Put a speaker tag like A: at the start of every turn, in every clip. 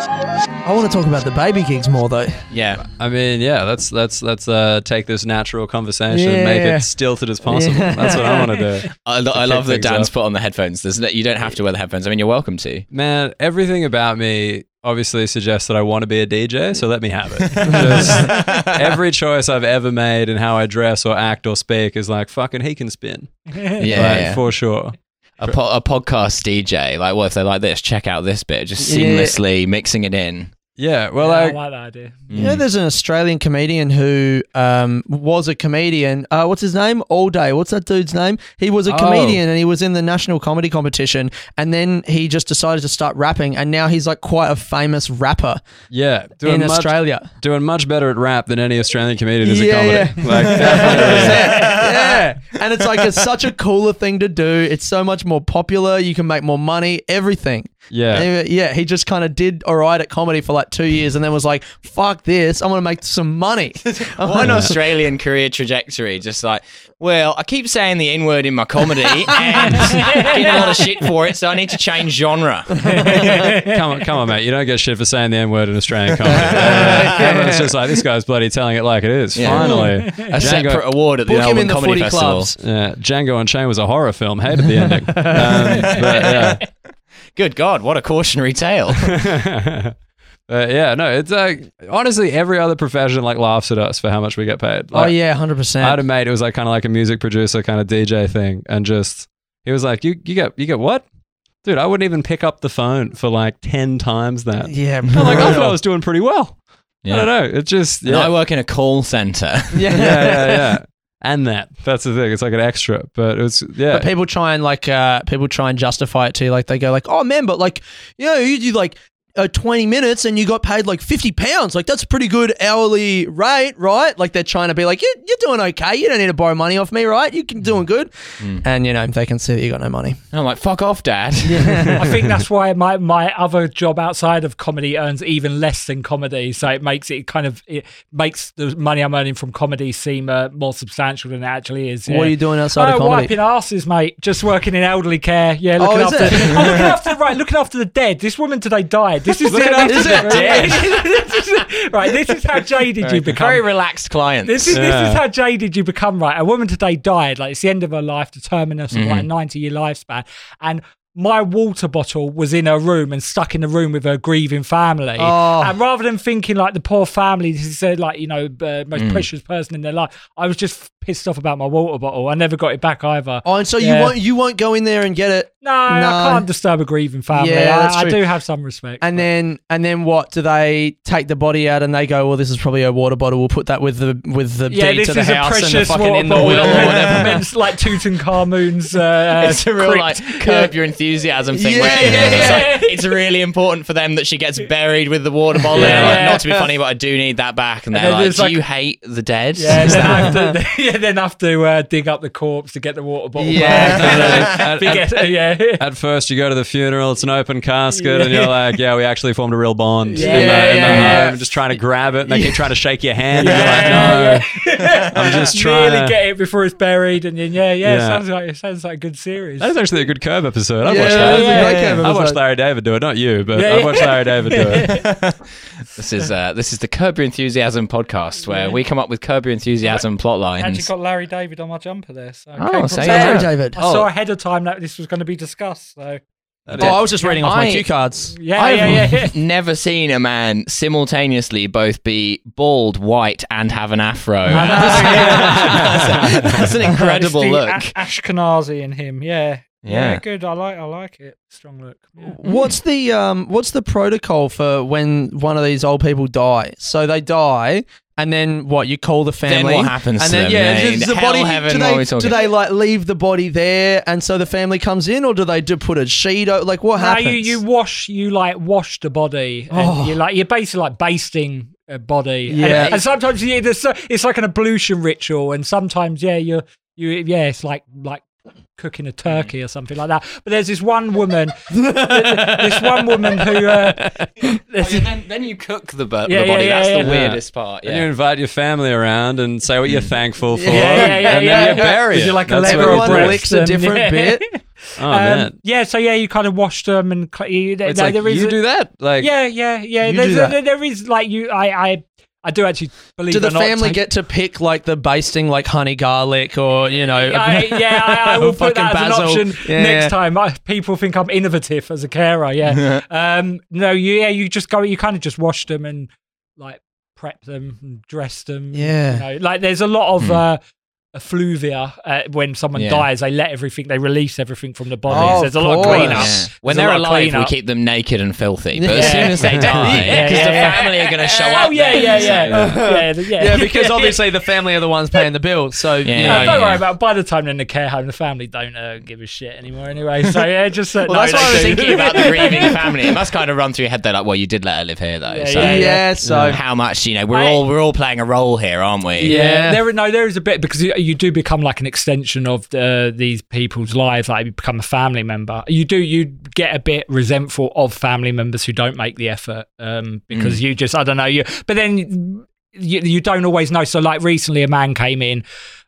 A: I want to talk about the baby gigs more though.
B: Yeah, I mean, yeah. Let's let's let's uh, take this natural conversation and make
A: Yeah.
B: it stilted as possible.
A: Yeah.
B: That's what I want to do.
C: I, lo- I
B: kick
C: love that
B: things
C: Dan's
B: up.
C: put on the headphones. There's no, you don't have to wear the headphones. I mean, you're welcome to.
B: Man, everything about me obviously suggests that I want to be a DJ, so let me have it. Just every choice I've ever made in how I dress or act or speak is like fucking he can spin.
C: Yeah,
B: Like,
C: yeah.
B: for sure.
C: a, po- a podcast DJ. Like, well, if they like this, check out this bit. Just
A: Yeah.
C: seamlessly mixing it in.
B: Yeah. Well,
D: I
B: like,
D: like that idea.
A: You
B: Mm.
A: know, there's an Australian comedian who um, was a comedian. Uh, what's his name? All day. What's that dude's name? He was a
B: Oh.
A: comedian and he was in the national comedy competition. And then he just decided to start rapping. And now he's like quite a famous rapper
B: yeah,
A: in
B: much,
A: Australia.
B: doing much better at rap than any Australian comedian is
A: Yeah,
B: at comedy. Like,
A: yeah. And it's like, it's such a cooler thing to do. It's so much more popular. You can make more money, everything.
B: yeah.
A: Anyway, yeah, he just kind of did all right at comedy for like two years and then was like, fuck this. I'm going to make some money. I'm
C: What an
A: gonna-
C: Australian career trajectory. Just like, well, I keep saying the N word in my comedy and get a lot of shit for it, so I need to change genre.
B: come on, come on, mate. You don't get shit for saying the N word in Australian comedy. Uh, Everyone's just like, this guy's bloody telling it like it is.
C: Yeah.
B: Finally.
C: A separate award at the
A: Book him in
C: Melbourne
A: the footy
C: Comedy Festival.
A: clubs.
B: Yeah, Django Unchained was a horror film. Hated the ending. Um, but uh, yeah,
C: Good God, what a cautionary tale.
B: but yeah, no, it's like honestly, every other profession like laughs at us for how much we get paid.
A: Oh,
B: Like,
A: yeah, 100%.
B: I had a mate. It was like kind of like a music producer, kind of DJ thing, and just he was like, "You you get you get what, dude? I wouldn't even pick up the phone for like ten times that."
A: Yeah,
B: I'm like, I thought I
A: brutal.
B: was doing pretty well. I don't know. It just
C: And
B: yeah,
C: I work in a call center.
B: yeah, yeah, yeah. And that that's the thing. It's like an extra, but it was yeah.
A: But people try and like uh, people try and justify it too. Like they go like, oh man, but like you know you do like uh, twenty minutes and you got paid like fifty pounds. Like that's a pretty good hourly rate, right? Like they're trying to be like, you, you're doing okay. You don't need to borrow money off me, right? You can doing good.
D: Mm.
A: And you know they can see that you got no money.
C: I'm like, fuck off, Dad.
D: I think that's why my, my other job outside of comedy earns even less than comedy. So it makes it kind of it makes the money I'm earning from comedy seem uh, more substantial than it actually is.
A: What are you doing outside of
D: Oh,
A: comedy?
D: Wiping asses, mate. Just working in elderly care. Yeah,
A: Oh,
D: looking
A: is
D: after.
A: it?
D: I'm looking after right, looking after the dead. This woman today died. This is
C: Looking after the
D: dead. right. This is how jaded you become.
C: Very relaxed clients.
D: This is this
B: Yeah.
D: is how jaded you become, right? A woman today died, like it's the end of her life, the terminus of
A: Mm-hmm.
D: like a ninety year lifespan, and my water bottle was in her room and stuck in the room with her grieving family.
A: Oh.
D: And rather than thinking like the poor family, this is their like you know uh, most
A: Mm.
D: precious person in their life, I was just pissed off about my water bottle. I never got it back either.
A: Oh, and so
D: Yeah.
A: you won't you won't go in there and get it,
D: No, I
A: No.
D: can't disturb a grieving family.
A: Yeah,
D: I,
A: that's
D: I
A: true.
D: do have some respect.
A: and then and then what do they take the body out and they go, well, this is probably a water bottle. We'll put that with the with the
D: yeah,
A: deed
D: this
A: to the
D: is a
A: house and the
D: precious
A: fucking
D: water
A: in the
D: bottle.
A: will or whatever.
D: It's like Tutankhamun's. Uh,
C: it's a real
D: crypt.
C: like curb your enthusiasm thing.
A: Yeah,
C: where she-
A: yeah,
C: it's,
D: yeah.
C: like, it's really important for them that she gets buried with the water bottle.
D: Yeah.
C: They're like, not to be funny, but I do need that back. And they're
D: then
C: like,
D: there's
C: "Do
D: like-
C: you hate the dead?"
D: Yeah,
C: Is
D: then
C: that-
D: have to, yeah, then have to uh, dig up the corpse to get the water bottle.
A: Yeah.
D: back.
B: At-
D: We
B: at,
D: get- uh, yeah.
B: at first, you go to the funeral. It's an open casket, and you're like, "Yeah, we actually formed a real bond." in
D: Yeah,
B: the, in the
A: yeah,
B: home, just trying to grab it, and they keep trying to shake your hand.
D: Yeah.
B: And you're like, "No, I'm just trying
D: Really
B: to."
D: get it before it's buried, and then yeah, yeah,
B: Yeah.
D: sounds like it sounds like a good series.
B: That is actually a good Curb episode. I
A: Yeah,
B: watched
A: that
B: that.
A: was a great Yeah. Curb
B: I watched
A: episode.
B: Larry David do it, not you, but
D: Yeah,
B: I
D: yeah.
B: watched Larry David do it.
C: This is uh, this is the Curb Your Enthusiasm podcast where we come up with Curb Your Enthusiasm plot
D: Actually
C: lines.
D: got Larry David on my jumper there. So I
C: Oh,
D: came from-
C: say
A: Sorry,
C: Yeah.
A: David.
D: I saw ahead of time that this was going to be discussed. So
A: Oh, I was just reading off my
C: I-
A: cue cards.
D: yeah,
C: I've
D: yeah, yeah, yeah.
C: never seen a man simultaneously both be bald, white, and have an afro. that's, that's an incredible
D: It's the
C: look.
D: A- Ashkenazi in him. Yeah.
C: Yeah.
D: good. I like, I like it. Strong look. Yeah.
A: Mm-hmm. What's the um what's the protocol for when one of these old people die? So they die and then what, you call the family?
C: what happens
A: And
C: to
A: then
C: them?
A: yeah,
C: Yeah,
A: does
C: in
A: the
C: hell,
A: body
C: heaven,
A: do
C: what are we
A: they
C: talking?
A: do they like leave the body there and so the family comes in or do they do put a sheet o- like what
D: No,
A: happens?
D: you, you wash, you like wash the body, and
A: Oh.
D: you like you're basically like basting a body. And-
A: Yeah.
D: and, sometimes yeah, there's so, it's like an ablution ritual, and sometimes yeah, you're you yeah, it's like like cooking a turkey or something like that. But there's this one woman, this one woman who uh,
C: Oh, yeah, then, then you cook the, bu-
D: Yeah,
C: the body.
D: yeah, yeah,
C: That's the
D: yeah.
C: weirdest part.
B: And you
C: Yeah.
B: invite your family around and say what you're thankful for,
D: yeah, yeah, yeah,
B: Oh, and
D: yeah.
B: then you bury
D: Is
B: it.
D: it like a
B: That's
D: lever
B: where
D: or
B: it
A: everyone
D: breast
A: licks
B: breaks.
A: a
D: and-
A: different
D: yeah. Um,
A: bit.
B: Oh man.
D: yeah, so yeah, you kind of wash them and cl- you, there,
B: It's
D: there-
B: like,
D: there is
B: you
D: a-
B: do that. Like
D: yeah, yeah, yeah.
B: You do
D: There's,
B: that.
D: there- there is like you, I, I, I do actually believe.
A: Do the
D: or not,
A: family
D: take-
A: get to pick like the basting, like honey garlic, or you know?
D: I, yeah, I, I will
A: Fucking
D: put that as an
A: basil.
D: option
A: Yeah,
D: next
A: yeah.
D: time. I, people think I'm innovative as a carer. Yeah. um. No. You, yeah. You just go. You kind of just wash them and like prep them, and dress them.
A: Yeah. Hmm.
D: You know, like there's a lot of. Uh, Effluvia. Uh, when someone
C: Yeah.
D: dies, they let everything. They release everything from the body.
A: Oh,
D: there's a
A: of
D: lot of
A: course.
D: cleanup.
A: Yeah.
C: When
D: There's
C: they're
D: a lot of
C: alive, we
D: cleanup.
C: keep them naked and filthy. But
A: Yeah.
C: as soon as they die, because
D: Yeah,
C: the
D: yeah,
C: family are going to show
D: oh,
C: up.
D: yeah,
C: there.
D: yeah, yeah, yeah, yeah,
A: yeah, because obviously the family are the ones paying the bill. So
C: Yeah.
A: you
D: Yeah,
A: know,
D: don't
C: yeah.
D: worry about. it. By the time they're in the care home, the family don't uh, give a shit anymore anyway. So yeah, just uh,
C: Well, that's
D: no, they
C: what I was
D: do.
C: thinking about the grieving family. It must kind of run through your head. They're like, well, you did let her live here, though.
D: Yeah,
C: so
A: yeah.
D: yeah,
A: so
C: how much you know? We're
D: I-
C: all we're all playing a role here, aren't we?
A: Yeah.
D: There, no, there is a bit because you, you do become like an extension of the, these people's lives. Like you become a family member. You do. You get a bit resentful of family members who don't make the effort um,
C: Mm.
D: because you just I don't know you. But then you, you don't always know. So like recently, a man came in.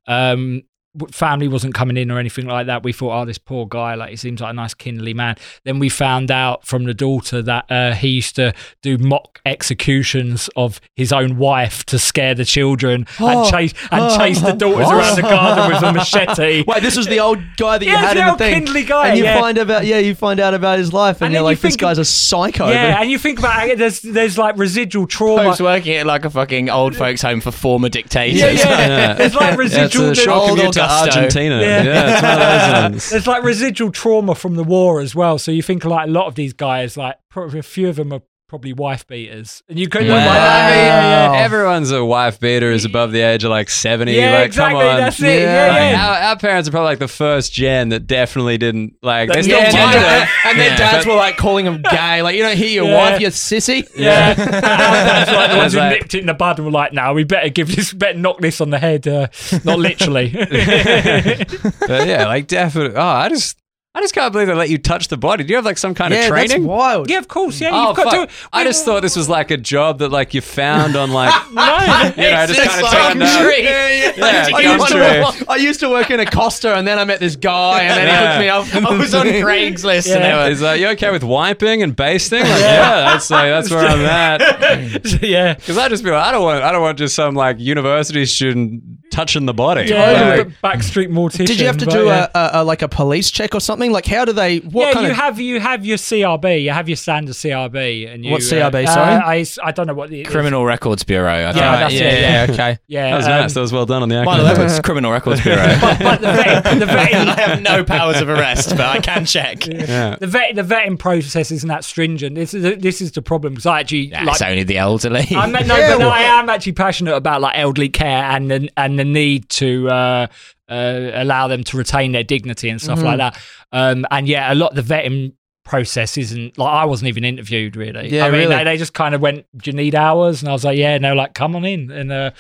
D: Um, w- family wasn't coming in or anything like that. We thought, oh, this poor guy, like he seems like a nice kindly man. Then we found out from the daughter that uh, he used to do mock executions of his own wife to scare the children
A: Oh.
D: and chase and chase the daughters around the garden with a machete.
A: Wait, this was the old guy that you
D: Yeah,
A: had
D: the
A: in the
D: old
A: thing.
D: kindly guy,
A: and you
D: yeah.
A: find about yeah, you find out about his life, and,
D: And
A: you're
D: then
A: like,
D: you
A: this
D: think-
A: guy's a psycho.
D: yeah, and you think about it, there's there's like residual trauma.
C: Pope's working at like a fucking old folks' home for former dictators.
D: Yeah, yeah.
B: Yeah.
D: There's like
B: Yeah, it's
D: residual.
B: a short
C: Old
B: commute to
C: Augusto.
B: Argentina.
D: Yeah.
B: Yeah. it's one of those ones.
D: There's like residual trauma from the war as well. So you think like a lot of these guys, like probably a few of them are probably wife beaters, and you could
B: Yeah.
D: like, I mean, yeah, yeah.
B: Everyone's a wife beater is above the age of like 70.
D: Yeah,
B: like,
D: exactly.
B: come on.
D: That's it.
A: Yeah.
D: Yeah,
B: Like,
D: yeah.
B: our, our parents are probably like the first gen that definitely didn't like. They
D: That-
B: still
D: Yeah,
B: might
D: yeah.
B: have.
A: and their
C: Yeah.
A: dads were like calling him gay. Like, you don't hear your
D: Yeah.
A: wife, you sissy.
D: Yeah, that's like the ones who
B: That's like-
D: nipped it in the bud and were like, "Now we better give this, better knock this on the head." Uh, not literally.
B: But yeah, like definitely. Oh, I just, I just can't believe they let you touch the body. Do you have like some kind of
A: yeah, that's
B: training?
A: wild.
D: yeah, of course. Yeah,
B: Oh,
D: you've got
B: fuck.
D: to.
B: I just thought this was like a job that like you found on like,
D: No,
B: you know, just
C: It's
B: kind of
C: like
B: turned
C: some
B: up.
C: tree.
B: Yeah,
A: I
B: gum
A: used, to
B: tree.
A: work, I used to work in a Costa, and then I met this guy, and then
B: Yeah.
A: he hooked me up.
C: I was on Craigslist and they
D: Yeah.
C: were
B: He's like, you okay with wiping and basting? Like, yeah, that's like that's where I'm at.
D: yeah.
B: Because I just be like, I don't want, I don't want just some like university student touching the body.
D: Yeah,
B: Like,
D: b- backstreet mortician.
A: Did you have to
D: but
A: do
D: yeah.
A: a, a, a like a police check or something? Like, how do they? What
D: yeah,
A: kind
D: you
A: of?
D: have you have your CRB, you have your standard CRB, and you.
A: What's
D: uh,
A: CRB,
D: uh,
A: sorry?
D: I, s- I don't know what the
C: Criminal Records Bureau. I think.
D: Yeah, that's it, yeah.
A: okay.
D: Yeah,
B: that was
D: um,
B: nice. That was well done on the
C: One
B: acting.
C: of those was Criminal Records Bureau.
D: But, but the, vet, the,
C: I
D: vetting,
C: have no powers of arrest, but I can check.
B: Yeah.
D: the, vet, the vetting process isn't that stringent. This is this is the problem because I actually
C: Nah,
D: like,
C: it's only the elderly.
D: I'm, no,
A: Yeah,
D: but
A: well-
D: I am actually passionate about like elderly care and the, and the need to uh, uh, allow them to retain their dignity and stuff like that. Um, and yeah, a lot of the vetting process isn't like I wasn't even interviewed really.
A: Yeah,
D: I mean
A: really.
D: They, they just kind of went, "Do you need hours?" And I was like, "Yeah," and they were like, "Come on in." And uh,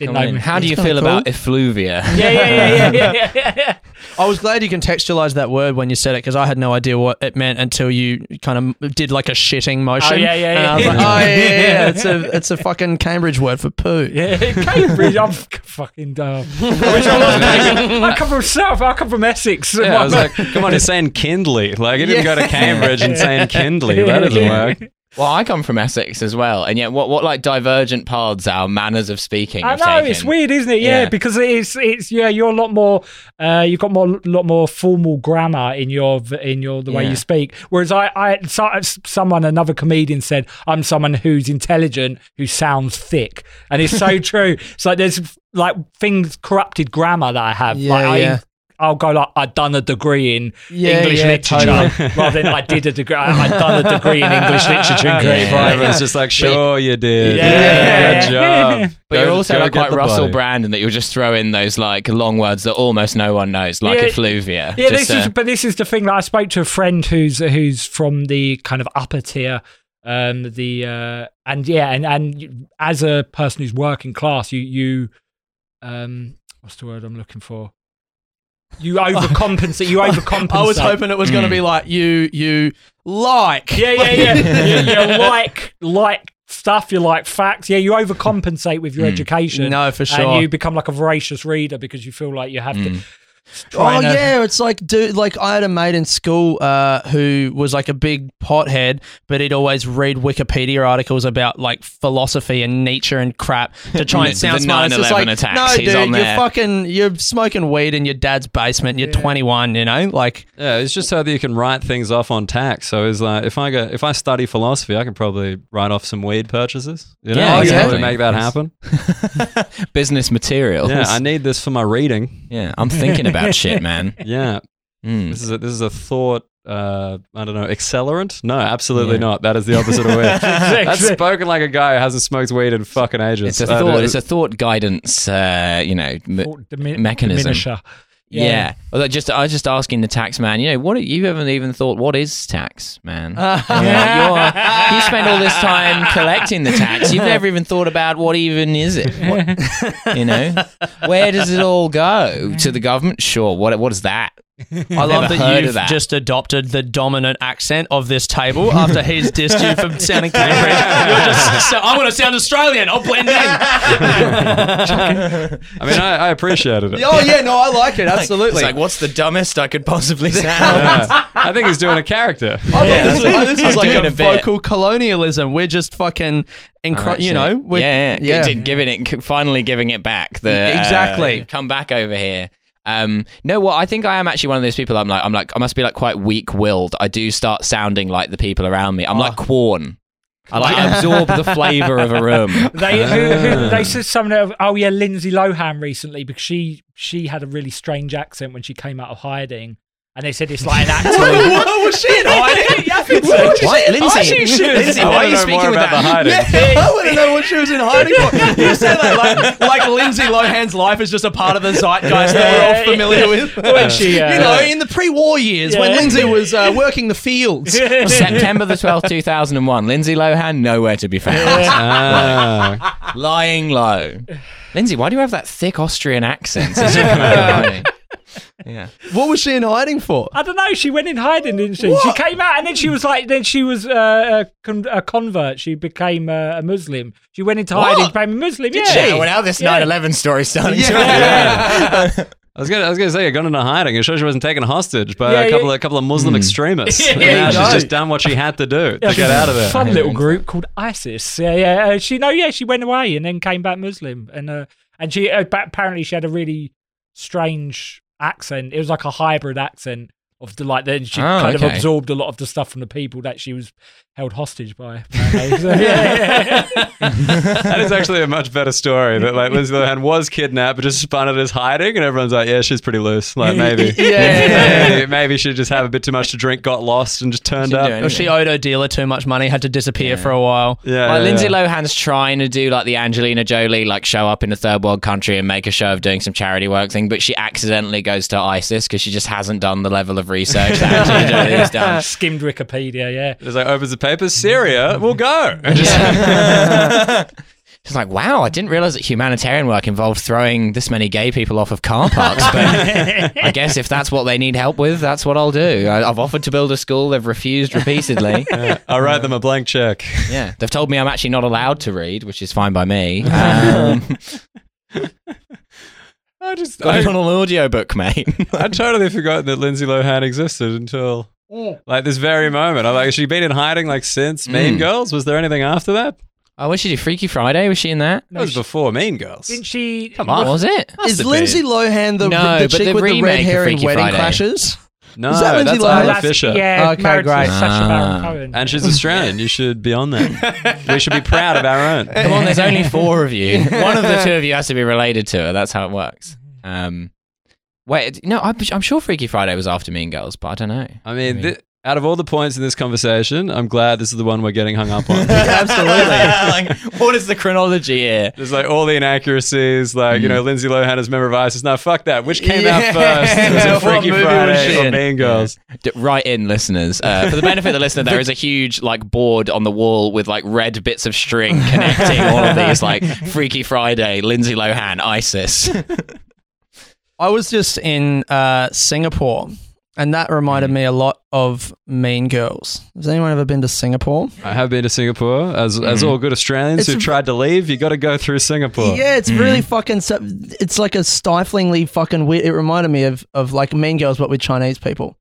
D: didn't know me.
C: How do you
A: kinda
C: feel
A: cool.
C: about effluvia?
D: Yeah, yeah, yeah, yeah, yeah, yeah, yeah.
A: I was glad you contextualized that word when you said it because I had no idea what it meant until you kind of did like a shitting motion.
D: Oh, yeah, yeah,
A: And I
D: yeah.
A: was like, oh yeah, yeah, yeah. It's a it's a fucking Cambridge word for poo.
D: Yeah, Cambridge. I'm f- fucking dumb. I wish I was Cambridge. I come from South. I come from Essex.
B: Yeah, I was like, come on, it's saying Kindly. Like, you didn't go to Cambridge and saying Kindly. That doesn't work.
C: Well, I come from Essex as well, and yet what what like divergent paths our manners of speaking.
D: I
C: have
D: know
C: taken.
D: it's weird, isn't it? Yeah,
C: Yeah.
D: because it's it's yeah, you're a lot more. Uh, you've got more lot more formal grammar in your in your the way
C: Yeah.
D: you speak. Whereas I, I so, someone another comedian said I'm someone who's intelligent who sounds thick, and it's so true. It's like there's like things corrupted grammar that I have.
A: Yeah,
D: like,
A: yeah.
D: I, I'll go like I've done a degree in
A: Yeah,
D: English
A: yeah,
D: literature
A: totally.
D: rather than I did a degree. I- I've done a degree in English literature and creative
C: Yeah.
D: writing.
B: Everyone's just like, sure, you did.
D: Yeah.
B: Good
D: Yeah.
B: job.
C: But
B: Go-
C: you're also
B: go
C: like
B: get
C: quite
B: the
C: Russell
B: body.
C: Brand in that you'll just throw in those like long words that almost no one knows, like
D: Yeah.
C: effluvia.
D: Yeah,
C: Just,
D: this is
C: uh,
D: but this is the thing that I spoke to a friend who's who's from the kind of upper tier, um, the uh, and yeah, and and you- as a person who's working class, you you, um, what's the word I'm looking for? You overcompensate. You overcompensate.
A: I was hoping it was going to
D: Mm.
A: be like you you like.
D: Yeah, yeah, yeah. you, you like like stuff. You like facts. Yeah, you overcompensate with your education.
A: Hmm. No, for
D: And
A: sure. Hmm.
D: you become like a voracious reader because you feel like you have to.
A: Oh
D: trying to-
A: yeah, it's like dude. Like I had a mate in school uh, who was like a big pothead, but he'd always read Wikipedia articles about like philosophy and Nietzsche and crap to try and
C: The
A: sound smart. It's just like,
C: 9/11 attacks,
A: no,
C: he's
A: dude,
C: on
A: you're
C: there."
A: fucking you're smoking weed in your dad's basement. You're
D: Yeah.
A: 21, you know, like
B: Yeah, it's just so that you can write things off on tax. So it's like if I go if I study philosophy, I can probably write off some weed purchases. You know,
C: Yeah,
B: I can
A: exactly.
B: probably make that happen.
C: uh, Business materials.
B: Yeah, I need this for my reading.
C: Yeah, I'm thinking about shit, man.
B: Yeah,
C: Mm.
B: this is a, this is a thought. Uh, I don't know, accelerant? No, absolutely
C: Yeah.
B: not. That is the opposite of weed. That's
D: Exactly.
B: spoken like a guy who hasn't smoked weed in fucking ages.
C: It's a
B: Uh,
C: thought. It's a thought guidance. Uh, you know, m-
D: Or dimi-
C: mechanism.
D: diminisher.
C: Yeah. Although just I was just asking the tax man, you know, what you haven't even thought what is tax, man? And like, you're- you spend all this time collecting the tax. You've never even thought about what even is it? What- you know? Where does it all go? To the government? Sure. What what is that?
A: I love
C: Never
A: that
C: heard of
A: you've
C: that.
A: just adopted the dominant accent of this table after he's dissed you from sounding Cambridge. You're just, so I'm going to sound Australian. I'll blend in.
B: I mean, I, I appreciated it.
A: oh yeah, no, I like it absolutely.
C: It's like what's the dumbest I could possibly sound?
B: Yeah. I think he's doing a character.
A: I think this, is, this is
C: I'm
A: like
C: doing
A: a,
C: a bit.
A: vocal colonialism. We're just fucking, incre-
C: Alright,
A: you
C: shit.
A: know, we're,
C: yeah, yeah,
A: yeah.
C: Did- giving it, finally giving it back. The uh,
A: Exactly.
C: come back over here. Um, no, well, I think I am actually one of those people. I'm like, I'm like, I must be like quite weak-willed. I do start sounding like the people around me. I'm like Quorn. I like absorb the flavour of a room.
D: They who,
C: Ah.
D: who, they said someone. Of, oh yeah, Lindsay Lohan recently because she she had a really strange accent when she came out of hiding, and they said it's like an actor.
A: Oh shit!
C: What, Lindsay? Lindsay,
B: I
C: why are
B: wanna
C: you
B: know more
C: speaking with
B: about the
C: that?
B: hiding.
A: I want to know what she was in hiding for. You said that like, like Lindsay Lohan's life is just a part of the zeitgeist that we're all familiar with.
D: When she, uh,
A: you know, in the pre-war years when
D: Yeah.
A: Lindsay was uh, working the fields.
C: September the twelfth, two thousand and one. Lindsay Lohan nowhere to be found.
B: Ah,
C: Lying low. Lindsay, why do you have that thick Austrian accent? as you come out of hiding? yeah.
A: What was she in hiding for?
D: I don't know. She went in hiding, didn't she? She came out, and then she was like, then she was uh, a, con- a convert. She became uh, a Muslim. She went into hiding, became a Muslim. yeah.
C: Yeah, well, now this 9 11 story's starting to.
B: I was gonna, I was gonna say, I got into hiding. It shows she wasn't taken hostage by
D: Yeah,
B: a couple,
D: yeah.
B: of, a couple of
C: Hmm.
B: Muslim extremists.
D: Yeah,
B: And
D: yeah,
B: now
D: yeah.
B: she's just done what she had to do to get out of there.
D: Fun little group called ISIS. Yeah, yeah. Uh, she no, yeah. She went away and then came back Muslim, and uh, and she uh, ba- apparently she had a really strange accent. It was like a hybrid accent of the like. Then she
C: Oh,
D: kind of
C: okay.
D: absorbed a lot of the stuff from the people that she was held hostage by. apparently. So, yeah, yeah.
B: That is actually a much better story. That like Lindsay Lohan was kidnapped, but just spun it as hiding, and everyone's like, "Yeah, she's pretty loose. Like maybe,
A: yeah.
B: maybe, maybe she just had a bit too much to drink, got lost, and just turned
C: She'd
B: up."
C: do
A: Or she owed her dealer too much money, had to disappear for a while.
B: Yeah,
C: Like
B: yeah,
C: Lindsay
B: yeah.
C: Lohan's trying to do like the Angelina Jolie, like show up in a third world country and make a show of doing some charity work thing, but she accidentally goes to ISIS because she just hasn't done the level of research that Angelina Jolie's done.
D: Skimmed Wikipedia. Yeah.
B: Just like opens the papers, Syria, we'll go. And just-
C: She's like, wow, I didn't realize that humanitarian work involved throwing this many gay people off of car parks, but I guess if that's what they need help with, that's what I'll do. I, I've offered to build a school, they've refused repeatedly.
B: I write them a blank check.
C: Yeah, they've told me I'm actually not allowed to read, which is fine by me. Um,
B: I just,
C: got it
B: I,
C: on an audiobook, mate.
B: I totally forgotten that Lindsay Lohan existed until like this very moment. I'm like, has she been in hiding like since Mean
C: Mm.
B: Girls? Was there anything after that?
C: oh, what did she do? Freaky Friday? Was she in that?
B: That was before Mean Girls.
D: Didn't she?
C: Come on, was it?
A: Is Lindsay Lohan the,
C: No,
A: the
C: but
A: chick
C: the
A: with the
C: remake
A: red
C: of
A: hair and
C: Freaky
A: wedding
C: Friday.
A: crashes?
B: No,
A: Is that Lindsay
B: that's
A: Lohan?
B: Lola
A: That's-
B: Fisher.
D: uh, Yeah,
A: Okay,
D: married to
A: great.
D: Sacha Baron
C: Ah.
D: Cohen.
B: And she's Australian. You should be on that. we should be proud of our own.
C: Come on, there's only four of you. One of the two of you has to be related to her. That's how it works. Um, wait, no, I'm, I'm sure Freaky Friday was after Mean Girls, but I don't know.
B: I mean, thi- out of all the points in this conversation, I'm glad this is the one we're getting hung up on.
C: Absolutely. like, what is the chronology here?
B: There's like all the inaccuracies, like you know, Lindsay Lohan is member of ISIS. No, fuck that. Which came
A: Mm. Yeah.
B: out first? Was
A: What
B: it Freaky
A: movie was she
B: Friday or
A: in?
B: Mean Girls?
C: D- Write in, listeners. Uh, for the benefit of the listener, there is a huge like board on the wall with like red bits of string connecting all of these, like Freaky Friday, Lindsay Lohan, ISIS.
A: I was just in uh, Singapore And that reminded
B: Mm.
A: me a lot of Mean Girls. Has anyone ever been to Singapore?
B: I have been to Singapore, as as all good Australians
A: Mm-hmm. It's
B: who
A: a-
B: tried to leave. You got to go through Singapore.
A: Yeah, it's really fucking. so- It's like a stiflingly fucking weird. It reminded me of, of like Mean Girls, but with Chinese people.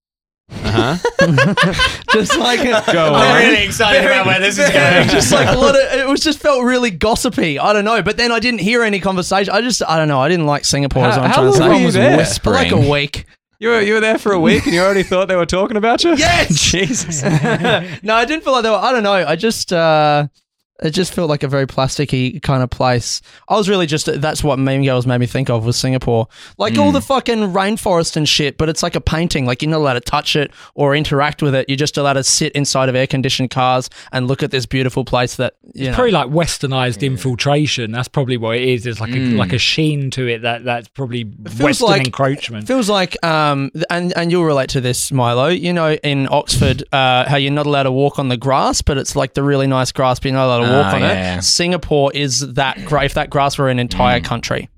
B: Uh-huh.
A: Just like
B: Go on.
C: really excited about where this is
A: just like a lot of it was just felt really gossipy. I don't know, but then I didn't hear any conversation. I just I don't know. I didn't like Singapore. as
B: How-
A: I'm
B: how
A: trying to
B: long
A: say.
B: were you
A: Was
B: there?
A: whisper- Like a
C: Whispering.
A: week.
B: You were you were there for a week, and you already thought they were talking about you.
A: Yes.
B: Jesus.
A: no, I didn't feel like they were. I don't know. I just uh, it just felt like a very plasticky kind of place. I was really just that's what Mean Girls made me think of was Singapore, like all the fucking rainforest and shit. But it's like a painting. Like you're not allowed to touch it or interact with it. You're just allowed to sit inside of air conditioned cars and look at this beautiful place that you know.
D: Probably like westernized infiltration. That's probably what it is. There's like a like a sheen to it that that's probably
A: feels
D: western
A: like-
D: encroachment.
A: Feels like, um, th- and and you'll relate to this, Milo. You know, in Oxford, uh, how you're not allowed to walk on the grass, but it's like the really nice grass, but you're not allowed to walk
C: Ah,
A: on
C: yeah.
A: it. Singapore is that great. If that grass were an entire
D: Mm.
A: country,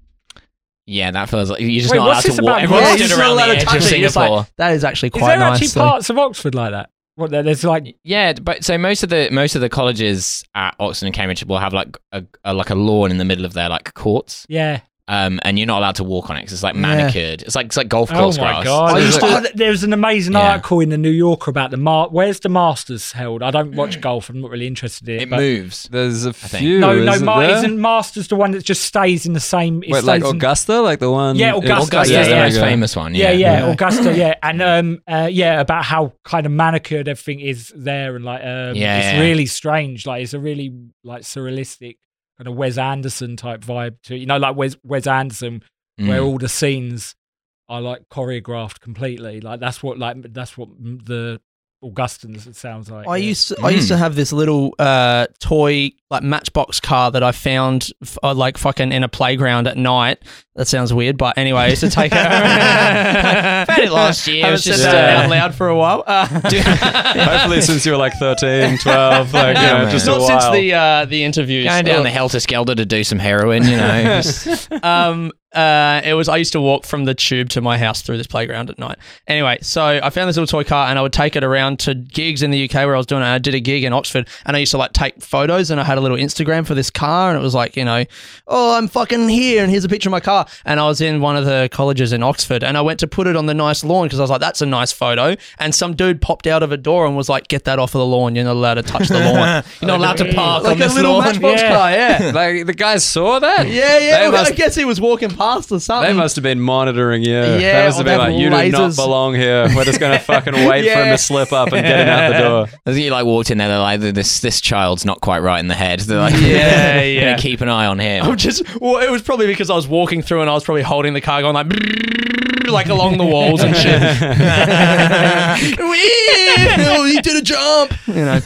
C: Yeah, that feels like you're just
D: Wait,
C: not allowed
D: what's
C: to
D: this
C: walk.
D: about
C: Everyone
D: grass?
C: stood
D: You're
A: not
C: around the
A: allowed to
C: edge
A: touch it.
C: of
A: You're just
C: Singapore.
A: like, that is actually
D: Is
A: quite
D: there
A: nice.
D: actually
A: though.
D: parts of Oxford like that? What there- there's like
C: Yeah, but so most of the most of the colleges at Oxford and Cambridge will have like a, a like a lawn in the middle of their like courts,
D: yeah.
C: um, and you're not allowed to walk on it 'cause it's like manicured. It's like it's like golf course
D: oh my
C: grass.
D: god!
A: I used to-
D: Oh, th- there was an amazing
C: Yeah.
D: article in the New Yorker about the mar- where's the Masters held. I don't watch golf. I'm not really interested in it.
C: It
D: but-
C: moves.
B: There's a
C: think.
B: few.
D: no, no,
B: isn't
D: ma-
B: there?
D: isn't Masters the one that just stays in the same? it
B: Wait, like
D: stays in-
B: Augusta, like the one.
D: Yeah,
B: in-
D: Augusta,
C: Augusta's
D: yeah,
C: the
D: yeah.
C: most famous one.
D: yeah,
C: Yeah,
D: yeah,
A: Yeah.
D: Augusta, yeah, and um, uh, yeah, about how kind of manicured everything is there, and like, um,
C: Yeah,
D: it's
C: yeah.
D: really strange. Like, it's a really like surrealistic kind of Wes Anderson type vibe to it. you know, like Wes Wes Anderson,
C: Mm.
D: where all the scenes are like choreographed completely. Like that's what like that's what m- the Augustans it sounds like.
A: I
D: yeah.
A: used to, I
B: Mm.
A: used to have this little uh, toy like matchbox car that I found f- uh, like fucking in a playground at night. That sounds weird, but anyway, I used to take it.
C: Found it last year. It
A: Haven't
C: was
A: said
C: just,
A: that
C: uh,
A: out loud for a while. Uh,
B: Hopefully, since you were like 13, 12, like
C: Yeah,
B: you know,
C: man.
B: just a
A: not
B: while.
A: since the uh, the interviews.
C: Going down
A: Uh,
C: the Oh, helter skelter to do some heroin, you know. just-
A: um, uh, it was I used to walk from the tube to my house through this playground at night. Anyway, so I found this little toy car and I would take it around to gigs in the UK where I was doing it. I did a gig in Oxford and I used to like take photos and I had a little Instagram for this car and it was like, you know, oh, I'm fucking here and here's a picture of my car. And I was in one of the colleges in Oxford and I went to put it on the nice lawn because I was like, that's a nice photo. And some dude popped out of a door and was like, get that off of the lawn. You're not allowed to touch the lawn.
C: You're not allowed to park
A: like
C: on
A: a
C: this
A: little
C: lawn.
A: matchbox
D: Yeah.
A: car, yeah.
B: like the guys saw that.
A: Yeah, yeah.
B: They
A: well, I
B: must,
A: guess he was walking past or something.
B: they must have been monitoring you.
A: Yeah,
B: they must have
A: or
B: been
A: they
B: like,
A: have
B: you do not
A: lasers."
B: belong here. We're just gonna fucking wait for him
A: Yeah.
B: to slip up and get him out the door.
C: I think you like walked in there. They're like, this this child's not quite right in the head. They're like,
A: Yeah,
C: "We're
A: yeah.
C: gonna keep an eye on
A: I'm
C: him.
A: just. Well, it was probably because I was walking through and I was probably holding the car, going like, like along the walls and shit. oh, he did a jump. You know.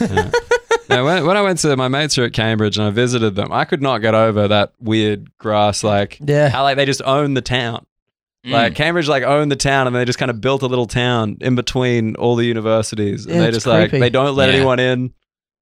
B: Now, when, when I went to my mates who are at Cambridge and I visited them, I could not get over that weird grass, like
A: Yeah.
B: how like they just own the town.
A: Mm.
B: Like Cambridge, like owned the town, and they just kind of built a little town in between all the universities, and
A: Yeah,
B: they
A: it's
B: just like
A: creepy.
B: they don't let
C: Yeah.
B: anyone in.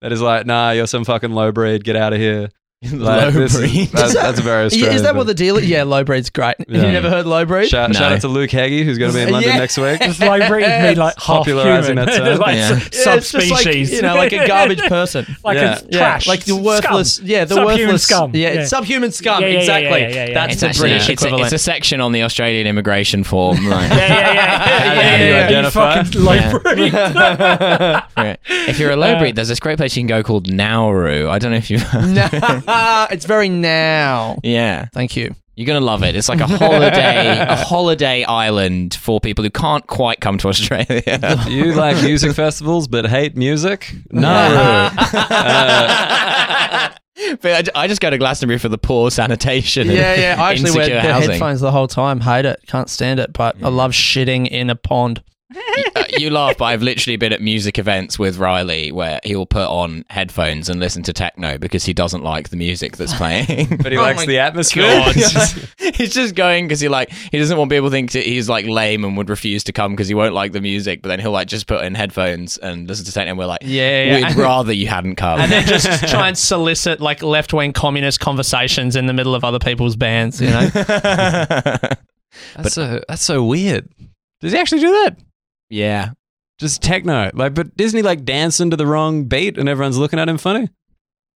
B: That is like, nah, you're some fucking low breed. Get out of here. Like,
C: Low
B: this is-
C: breed.
B: that's, that's very Australian.
A: is that what
B: thing.
A: the deal? Yeah, low breed's great.
B: Yeah.
A: You never heard low breed?
B: shout,
C: No.
B: shout out to Luke Heggie who's going to be in London
A: Yeah.
B: next week?
D: It's like reading me like half
B: Popularising
D: human,
B: that term.
D: like
C: Yeah.
D: s-
A: Yeah, it's just
D: subspecies,
A: like, you know, like a garbage person.
D: like
B: Yeah.
D: a
A: Yeah,
D: trash,
A: like the
D: scum.
A: worthless. Yeah, the
D: Subhuman
A: worthless
D: scum.
A: Yeah, it's subhuman scum.
D: Yeah, yeah, yeah,
A: exactly.
D: yeah, yeah, yeah.
A: That's
C: It's
A: the
C: actually
A: British
C: it's a,
A: equivalent.
C: it's a section on the Australian immigration form. Like,
D: yeah, yeah, yeah.
A: Yeah, yeah, yeah.
D: You
B: Identify.
D: fucking library.
C: Right. If you're a low breed, there's this great place you can go called Nauru. I don't know if you.
A: it's very now.
C: yeah,
A: Thank you.
C: you're gonna love it. It's like a holiday, a holiday island for people who can't quite come to Australia.
B: you like music festivals but hate music? No.
C: But I, I just go to Glastonbury for the poor sanitation. and
A: Yeah, yeah. I actually wear
C: insecure
A: the
C: housing.
A: headphones the whole time. Hate it. Can't stand it. But I love shitting in a pond.
C: Uh, you laugh, but I've literally been at music events with Riley where he'll put on headphones and listen to techno because he doesn't like the music that's playing.
B: but he
A: Oh
B: likes
A: my
B: the atmosphere.
C: God. he's just going because he like he doesn't want people to think that he's like lame and would refuse to come because he won't like the music. But then he'll like just put in headphones and listen to techno. And we're like,
A: Yeah, yeah, yeah.
C: we'd rather you hadn't come.
A: And then just try and solicit like left wing communist conversations in the middle of other people's bands, you know?
B: That's so that's so weird. Does he actually do that?
C: Yeah.
B: Just techno. Like, but isn't he like dancing to the wrong beat and everyone's looking at him funny?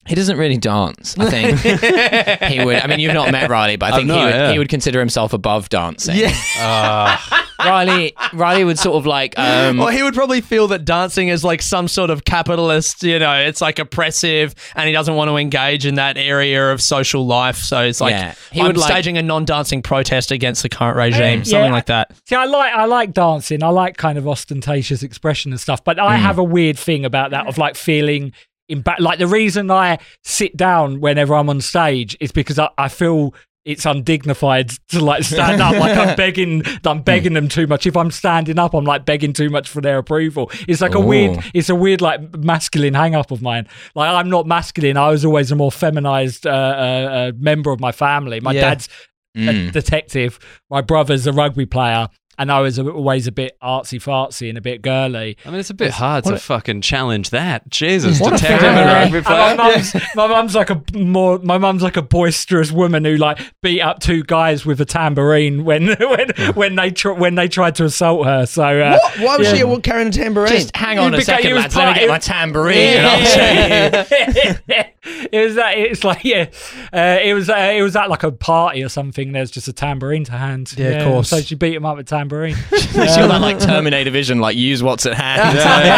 C: He doesn't really dance. I think he would. I mean, you've not met Riley, but I
D: Uh,
B: I've
C: think he,
B: not,
C: would,
B: yeah.
C: he would consider himself above dancing.
A: Yeah.
D: Ah.
C: Riley, Riley would sort of like, um,
A: well, he would probably feel that dancing is like some sort of capitalist, you know, it's like oppressive and he doesn't want to engage in that area of social life. So it's like,
C: Yeah. He
A: I'm
C: would, like-
A: staging a non dancing protest against the current regime,
D: Uh,
A: something
D: yeah.
A: like that.
D: See, I like I like dancing. I like kind of ostentatious expression and stuff. But I have a weird thing about that of like feeling emba- like the reason I sit down whenever I'm on stage is because I, I feel it's undignified to like stand up. Like I'm begging, I'm begging them too much. If I'm standing up, I'm like begging too much for their approval. It's like a weird,
C: Ooh.
D: it's a weird like masculine hang up of mine. Like I'm not masculine. I was always a more feminized uh, uh, uh, member of my family. My
A: Yeah.
D: dad's
C: mm.
D: a detective. My brother's a rugby player, and I was a- always a bit artsy fartsy and a bit girly.
B: I mean, it's a bit hard to fucking challenge that. Jesus,
C: What a
B: detective
C: fucking-
B: and
C: Yeah.
B: rugby
D: And my
B: player.
D: mum's, my mum's like a more, my mum's like a boisterous woman who like beat up two guys with a tambourine when when when they tr- when they tried to assault her. So uh,
A: What? Why was
D: yeah.
A: she a carrying a tambourine?
C: Just hang
D: You
C: on a
D: became- he
C: second,
D: was
C: lads. Let me
D: part-
C: get my tambourine. and I'll show you.
D: it was that. It's like yeah, uh, it was uh, it was at like a party or something. There's just a tambourine to hand.
A: Yeah, of course.
D: So she beat him up with tambourine.
C: It's got that like Terminator vision, like use what's at hand.
B: Yeah, yeah,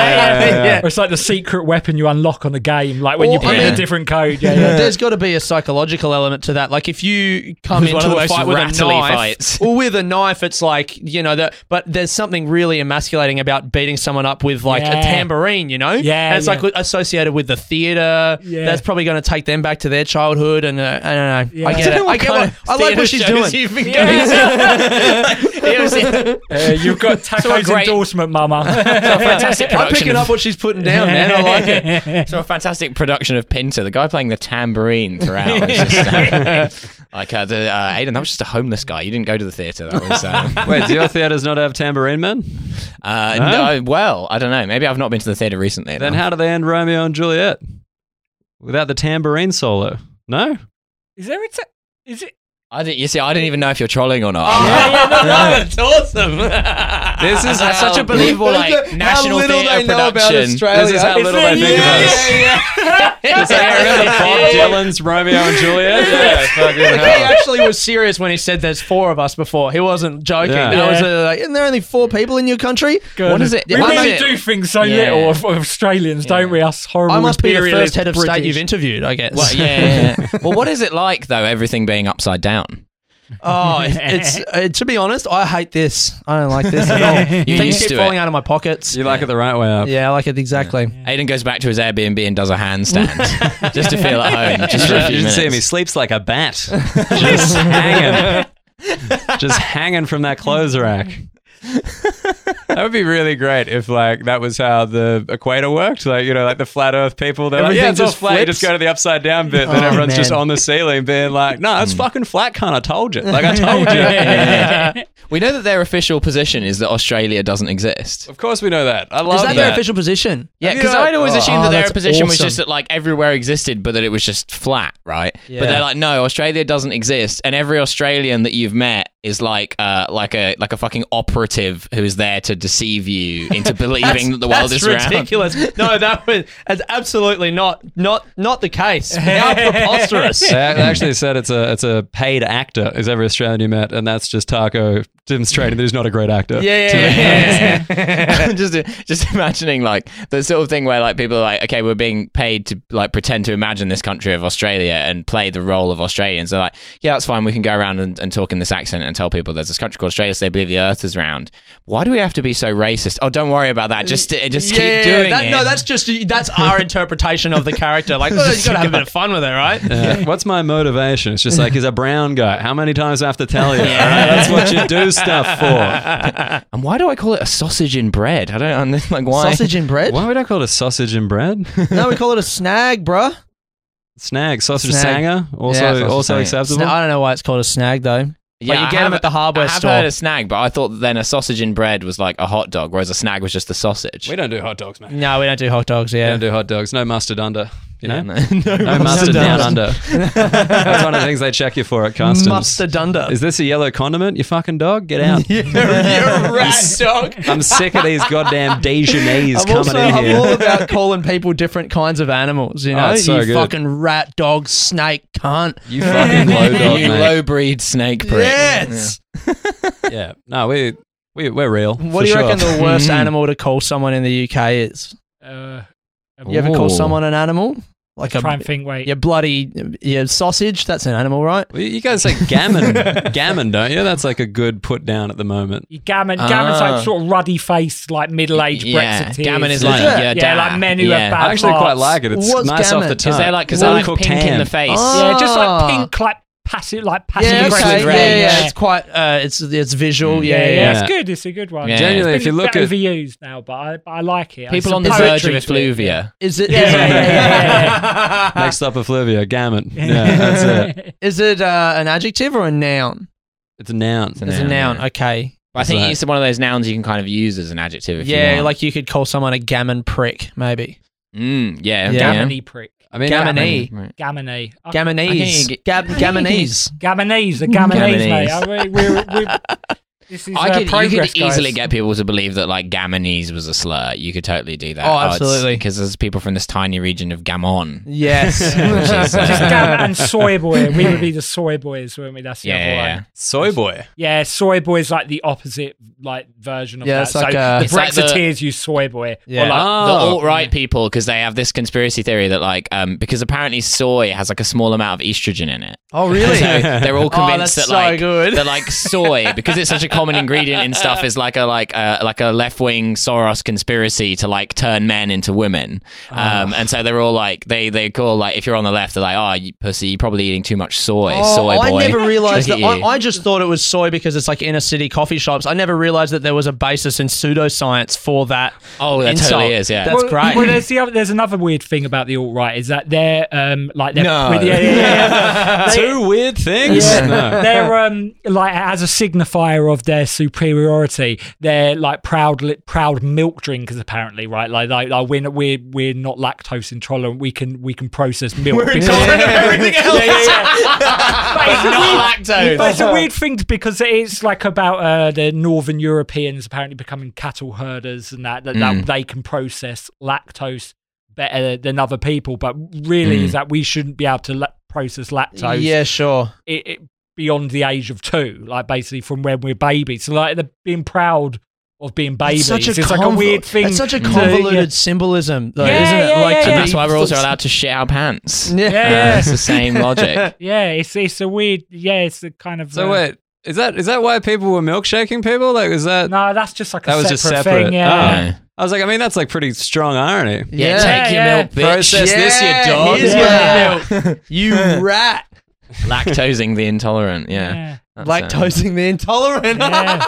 B: yeah, yeah.
D: Or it's like the secret weapon you unlock on the game, like when
A: Or-
D: you put
A: I
D: in
A: mean-
D: a different code. Yeah, yeah.
A: There's got to be a psychological element to that. Like if you come
C: It was one
A: into
C: of the
A: a
C: most
A: fight with a knife,
C: rattly fights.
A: or with a knife, it's like you know that. But there's something really emasculating about beating someone up with like
D: Yeah.
A: a tambourine. You know,
D: Yeah,
A: And it's
D: yeah.
A: like associated with the theater.
D: Yeah.
A: that's probably going to take them back to their childhood. And uh, I don't know.
D: Yeah.
A: I
D: I
A: get
D: don't
A: it. I, get what, I like what she's doing.
C: You've been going to.
D: Uh, you've got Taco's
C: great-
D: endorsement, mama.
C: fantastic
A: I'm
C: production.
A: picking
C: of-
A: up what she's putting down, man. I like it.
C: So a fantastic production of Pinter, the guy playing the tambourine throughout. is just, uh, like uh, the, uh, Aiden, that was just a homeless guy. You didn't go to the theatre. That was um,
B: Wait, do your theaters not have tambourine men?
C: uh,
B: Huh?
C: no. Well, I don't know. Maybe I've not been to the theatre recently.
B: Then
C: enough.
B: how do they end Romeo and Juliet? Without the tambourine solo? No?
D: Is there a ta- is it?
C: I didn't. You see, I didn't even know if you're trolling or not.
A: Oh, That's awesome.
B: This is
C: That's such a believable like national
A: little
C: theatre
A: they know about
C: production.
A: Australia.
B: This is how
D: Is
B: little
D: it?
B: they think
D: Yeah,
B: about us. It's like, I remember Bob Dylan's Romeo and Juliet? Yeah, fucking
A: He
B: hell.
A: actually was serious when he said there's four of us before. He wasn't joking.
B: Yeah.
A: That was uh, like, isn't there only four people in your country?
C: What is it?
D: We
C: What is
D: really
C: it?
D: do think so
C: Yeah.
D: little of, of Australians, don't we? Us horrible.
A: I must be the first
D: imperialist
A: head of state
D: British.
A: you've interviewed, I guess.
C: Well, yeah, yeah, yeah. well, what is it like though? Everything being upside down.
A: oh, it's uh, to be honest, I hate this. I don't like this at all.
C: You
A: Things
C: used
A: keep
C: to
A: falling
C: it.
A: out of my pockets.
B: You like it the right way up.
A: Yeah, I like it exactly.
C: Aiden goes back to his Airbnb and does a handstand just to feel at home, just for a
B: You
C: few
B: should
C: minutes.
B: see him. He sleeps like a bat. Just hanging. Just hanging from that clothes rack. That would be really great if, like, that was how the equator worked. Like, you know, like the flat Earth people. They're like,
A: Everything
B: yeah, it's
A: just
B: all flat. You
A: flips.
B: just go to the upside down bit, then
A: Oh,
B: everyone's just
A: man. Hmm.
B: on the ceiling, being like, "No, it's fucking flat, cunt. I told you. Like, I told you."
C: We know that their official position is that Australia doesn't exist.
B: Of course, we know that. I love
A: Is that
B: that.
A: their official position?
C: Yeah,
B: Yeah.
C: because I'd always assumed
A: Oh,
C: that their
A: that's
C: position was
A: awesome.
C: just that like everywhere existed, but that it was just flat, right?
A: Yeah.
C: But they're like, no, Australia doesn't exist, and every Australian that you've met is like, uh, like a like a fucking operative who's there to deceive you into believing that the world
A: That's
C: is round.
A: ridiculous. No, that was that's absolutely not not not the case. How preposterous.
B: They ac- they actually said it's a it's a paid actor is every Australian you met, and that's just Taco demonstrating that he's not a great actor.
A: Yeah, yeah, yeah.
C: I'm just just imagining like the sort of thing where like people are like, okay, we're being paid to like pretend to imagine this country of Australia and play the role of Australians. They're like, yeah, that's fine. We can go around and, and talk in this accent and tell people there's this country called Australia, so they believe the Earth is round. Why do we have to be so racist? Oh, don't worry about that. Just
A: Yeah,
C: just keep doing
A: that-
C: it.
A: No, that's just that's our interpretation of the character. Like, oh, you gotta have a bit of fun with it, right?
B: Yeah. What's my motivation? It's just like he's a brown guy. How many times do I have to tell you? All right, that's what you do stuff for.
C: and why do I call it a sausage in bread? I don't know. Like why?
A: Sausage and bread?
B: Why would I call it a sausage and bread?
A: No, we call it a snag, bruh.
B: Snag sausage
A: Snag.
B: sanger also
C: Yeah, sausage
B: also
C: sanger.
B: acceptable.
A: Sna- I don't know why it's called a snag though. Yeah, you get
C: I
A: them
C: have-
A: at the hardware
C: I have
A: store.
C: heard a snag, but I thought then a sausage in bread was like a hot dog, whereas a snag was just the sausage.
B: we don't do hot dogs, man.
A: no, we don't do hot dogs.
B: We
A: Yeah,
B: don't do hot dogs. No mustard under. know?
C: no, no,
B: No mustard down under. That's one of the things they check you for at customs.
A: Mustard dunder.
B: Is this a yellow condiment? You fucking dog, get out.
A: You're right, dog.
B: I'm sick of these goddamn Dijonese
A: I'm
B: coming
A: also
B: in
A: I'm
B: here.
A: all about calling people different kinds of animals. You know,
B: Oh, it's so
A: you
B: good.
A: fucking rat, dog, snake, cunt.
B: you fucking low dog,
C: you
B: mate.
C: low breed snake prick.
A: Yes.
B: Yeah. No, we, we, we're real.
A: What
B: for
A: do you
B: sure.
A: reckon the worst
C: Mm.
A: animal to call someone in the UK is?
D: Uh,
A: You ever call
B: Ooh.
A: someone an animal? Like
D: try
A: a
D: and think. Wait,
A: your bloody your sausage. That's an animal, right?
B: Well, you guys say gammon, gammon, don't you? That's like a good put down at the moment.
D: You gammon, gammon's
C: Ah.
D: like sort of ruddy faced, like middle aged
C: Yeah,
D: Brexiteers.
C: gammon is
B: Yeah.
C: like
A: Yeah,
C: yeah,
D: yeah, like men who
C: yeah.
D: have
B: I
D: bad
B: actually quite
D: hearts.
B: like it. It's
A: What's
B: nice off
A: gammon?
B: the tongue.
C: because they like because they like
B: Cooked
C: pink in the
B: ham.
C: face.
A: Oh.
D: Yeah, just
A: Ah.
D: like pink, like passive, like passive
A: Yeah,
D: aggressive.
A: okay.
C: grey,
A: yeah, yeah,
C: yeah.
A: It's quite. Uh, it's it's visual.
D: Mm. Yeah,
A: Yeah, yeah.
D: yeah,
A: yeah.
D: it's good. It's a good one.
C: Yeah.
B: Genuinely,
D: It's
B: if you
D: been-
B: look
D: it's
B: at
D: bit overused now, but I, but I like it. I
C: People on the
D: some
C: verge of
D: poetry to it.
C: effluvia.
A: Is it?
D: Yeah,
A: is it-
D: yeah, yeah,
B: next up, effluvia, gammon. Yeah, that's it.
A: Is it uh, an adjective or a noun?
B: It's a noun.
A: It's
C: a
A: a
C: Noun,
A: noun.
C: yeah.
A: Okay.
C: I think
B: It's like-
C: it's one of those nouns you can kind of use as an adjective. If
A: yeah,
C: you want.
A: like you could call someone a gammon prick, maybe.
C: mm, yeah,
A: Yeah.
D: Gammony prick.
B: I mean,
A: Gammon.
C: Gammon.
D: Gammony.
C: think you
D: I-
A: Gammonese.
C: get-
A: Gab- gammonese.
D: Gammonese. The Gammonese, mate.
C: Gammonese.
D: I- we- we're- we're- This is
C: I
D: uh,
C: could, you
D: progress,
C: could easily
D: guys.
C: get people to believe that like Gammonese was a slur. You could totally do that.
A: Oh, absolutely.
C: Because there's people from this tiny region of Gammon.
A: Yes.
C: Just
D: Just gammon and soy boy. We would be the soy boys, wouldn't we? That's the
C: Yeah,
D: other
C: yeah,
D: one.
C: yeah.
B: soy boy.
D: Yeah, soy boy is like the opposite like version of
A: Yeah,
D: that.
A: it's like,
D: so
A: uh,
D: the
C: It's like the-
D: Brexiteers use soy boy.
A: Yeah.
D: Or like,
C: the
B: Oh.
C: alt right people because they have this conspiracy theory that like um because apparently soy has like a small amount of estrogen in it.
A: oh,
C: So
A: really?
C: they're all
A: Oh,
C: convinced
A: that's
C: that
A: so
C: like
A: good.
C: that like soy because it's such a common ingredient in stuff is like a like a like a left wing Soros conspiracy to like turn men into women. Um, and so they're all like they they call like if you're on the left they're like oh you pussy you're probably eating too much soy
A: Oh,
C: soy boy.
A: I never realized that.
C: Look at
A: I,
C: you.
A: I just thought it was soy because it's like inner city coffee shops. I never realized that there was a basis in pseudoscience for that.
C: oh that
A: insult.
C: totally is yeah.
A: That's great.
D: Well, there's the other, there's another weird thing about the alt right is that they're um like they're
C: No.
D: yeah, yeah, yeah, yeah. They-
B: Two weird things. No.
D: they're um like as a signifier of their superiority, they're like proud li- proud milk drinkers apparently, right? Like like, like we're, not- we're we're not lactose intolerant. We can we can process milk. because-
A: everything else.
D: But it's a weird-
C: not lactose.
D: But it's
A: Uh-huh.
D: a weird thing because it's like about uh, the northern Europeans apparently becoming cattle herders and that that,
A: Mm.
D: that they can process lactose better than other people. But really, is that we shouldn't be able to la- process lactose
A: Mm. Yeah, sure.
D: it, it, beyond the age of two, like basically from when we're babies. So like they're being proud of being babies. it's like a
A: convol-
D: weird thing.
A: It's such a
D: to-
A: convoluted
D: yeah.
A: symbolism, though,
D: Yeah,
A: isn't it?
D: yeah,
A: like
D: yeah,
A: to
D: yeah.
A: be-
C: that's why we're also allowed to shit our pants.
A: Yeah.
D: Yeah,
C: Uh,
D: yeah.
C: it's the same logic.
D: Yeah, it's it's a weird. Yeah, it's a kind of.
B: So
D: uh,
B: wait, is that is that why people were milkshaking people? Like, is that?
D: No, that's just like a
B: That was
D: separate
B: just separate.
D: thing. Yeah.
B: Oh. I was like, I mean, that's like pretty strong irony.
A: Yeah.
C: take your
D: Yeah,
C: milk,
B: yeah.
C: bitch.
B: Process this, you dog.
A: here's
D: Yeah.
A: your milk, you rat.
C: Lactosing the intolerant. Yeah,
D: yeah.
C: That's, uh,
A: Lactosing the intolerant.
D: Yeah.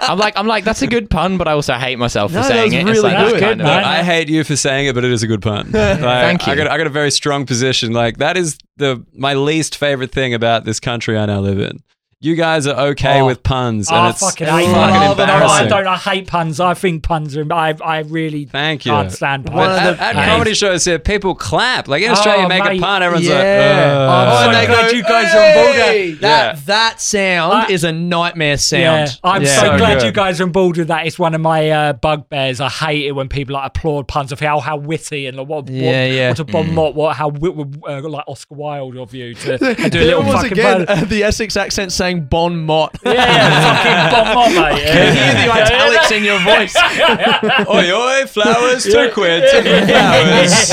C: I'm like, I'm like, that's a good pun, but I also hate myself for
A: No, that
C: saying
A: was
C: it.
A: really
C: it's like, that's
A: good.
C: kind of-
D: Good, man.
B: I hate you for saying it, but it is a good pun. Like,
C: Thank you.
B: I got, I got a very strong position. Like that is the my least favorite thing about this country I now live in. You guys are okay
D: Oh.
B: with puns, and
D: I
B: it's
D: fucking
B: fucking,
D: hate
A: fucking
D: puns. No, I
B: embarrassing.
D: don't. I hate puns. I think puns are. I I really
B: Thank you.
D: can't stand puns.
A: One of
B: At,
A: the-
B: at
C: Yeah.
B: comedy shows here, people clap. Like in
D: Oh,
B: Australia, you make
D: mate.
B: a pun, everyone's
A: Yeah.
B: like,
D: Oh,
B: "Ugh."
D: so
A: they
D: glad
A: go,
D: you guys are on board.
A: "Hey!" That
B: Yeah.
A: that sound
D: That-
A: is a nightmare
D: yeah,
A: sound.
D: I'm
A: Yeah.
D: so,
B: So
D: glad
B: good.
D: you guys are on board with that. It's one of my uh, bugbears. I hate it when people like applaud puns. I think, oh, how witty and like, what,
A: Yeah,
D: what,
A: yeah.
D: what a bon mot, what, how wi- uh, like Oscar Wilde of you to do a
A: There
D: little
A: was
D: fucking
A: again
D: pun.
A: uh, the Essex accent saying bon mot.
D: Yeah, yeah, fucking bon mot, mate. Yeah.
A: You hear the italics in your voice.
B: oi, oi, flowers, two quid, two flowers.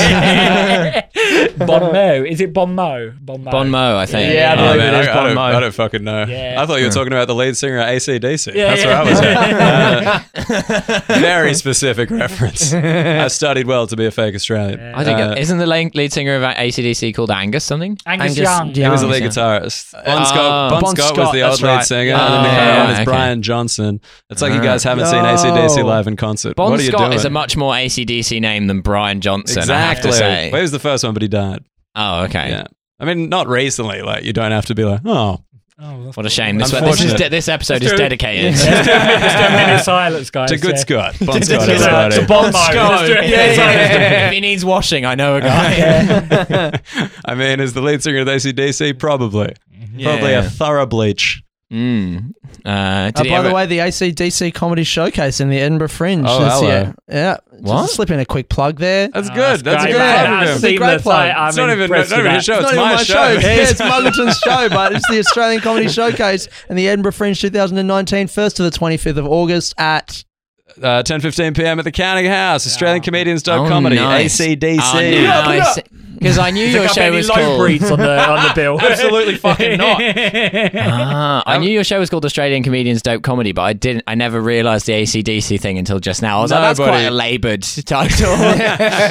D: bon mot. Is it bon mot? Bon mot.
C: Bon Mo, I think.
A: Yeah, I
B: Oh,
A: believe
B: man,
A: it is
B: I, I
A: Bon
B: don't,
A: Mo.
B: I don't fucking know.
D: Yeah.
B: I thought you were talking about the lead singer of ACDC.
D: Yeah,
B: That's
D: yeah.
B: where I was at. Uh, very specific reference. I studied well to be a fake Australian.
D: Yeah.
C: I think
B: Uh,
C: isn't the lead lead singer of ACDC called Angus something?
D: Angus,
A: Angus
D: Young.
A: Young.
B: he was a lead
C: Yeah.
B: guitarist. Bon,
C: Oh.
B: Scott, bon,
A: Bon
B: Scott,
A: Scott,
B: was the
A: that's
B: old lead
A: right.
B: singer,
A: Yeah.
B: and then the
A: Oh,
B: current one is
C: Ah, okay.
B: Brian Johnson. It's like you
C: Ah.
B: guys haven't seen
A: No.
B: ACDC live in concert.
C: Bon
B: what are you
C: Scott
B: doing?
C: is a much more ACDC name than Brian Johnson. I have to
B: exactly.
C: say.
B: Well, he was the first one, but he died.
C: Oh, okay.
B: Yeah. I mean, not recently. Like, you don't have to be like, oh,
D: Oh, well,
C: What a shame. This, this, is de- this episode is
D: do it.
C: dedicated.
D: Let's do a minute- let's do a minute of silence, guys.
B: It's a good
D: yeah.
B: Scott. Bon Scott,
D: It's a-
B: everybody.
D: it's a Bon Scott.
C: Yeah, yeah, yeah.
D: Yeah.
C: if he needs washing, I know a guy.
B: I mean, is the lead singer of ACDC? Probably. Probably
C: Yeah.
B: a thorough bleach.
C: Mm. Uh, did
A: Uh,
C: he
A: by
C: ever-
A: the way, the ACDC Comedy Showcase in the Edinburgh Fringe
B: Oh,
A: this
B: hello.
A: year. Yeah.
C: What?
A: Just slip in a quick plug there.
B: That's
D: Oh,
B: good. That's, a
D: great.
B: good
A: Yeah,
B: one.
A: that's
B: It's
A: a great
D: Seamless.
A: plan.
D: I- I'm
B: not even, not
D: impressed
B: even
D: with
B: his
D: that.
B: show. It's,
A: It's not
B: my,
A: even my
B: show.
A: Yeah, it's Muggleton's show, but it's the Australian Comedy Showcase and the Edinburgh Fringe 2019, 1st to the 25th of August at.
B: uh, 10 p.m. at the Counting House, Australian Comedians
C: Oh,
B: Comedy,
C: nice.
B: ACDC.
C: Oh, nice. Because I knew your
D: Pick up
C: show
D: any
C: was
D: low
C: called.
D: breeds on the on the bill.
B: Absolutely fucking not.
C: Ah, I knew your show was called Australian Comedians Dope Comedy, but I didn't. I never realised the ACDC thing until just now. I was like, that's
B: Nobody-
C: quite a laboured title. It's like,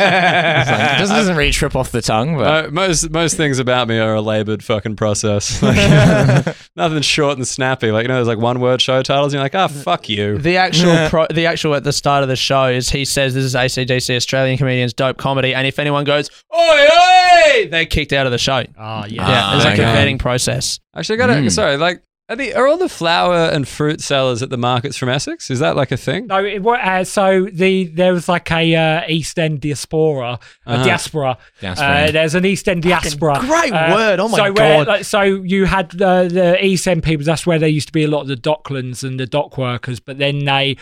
C: it doesn't, doesn't really trip off the tongue, but
B: Uh, most most things about me are a labored fucking process. Like, nothing short and snappy. Like you know, there's like one word show titles. And you're like, ah, fuck you.
A: The actual, pro- the actual at the start of the show is he says this is ACDC Australian comedians dope comedy, and if anyone goes oi oi, they're kicked out of the show.
D: Oh yeah.
A: Yeah, there's like a
C: Ah, okay.
A: vetting process.
B: Actually, I got to
C: Mm.
B: Sorry, like are the are all the flower and fruit sellers at the markets from Essex? Is that like a thing?
D: No, it, wa- uh, so the there was like a uh, East End diaspora,
B: Uh-huh.
D: a diaspora.
C: Diaspora.
D: Uh, there's an East End diaspora.
A: great
D: Uh,
A: word. Oh my
D: so Where,
A: God.
D: like, so you had uh, the East End people. That's where there used to be a lot of the docklands and the dock workers. But then they,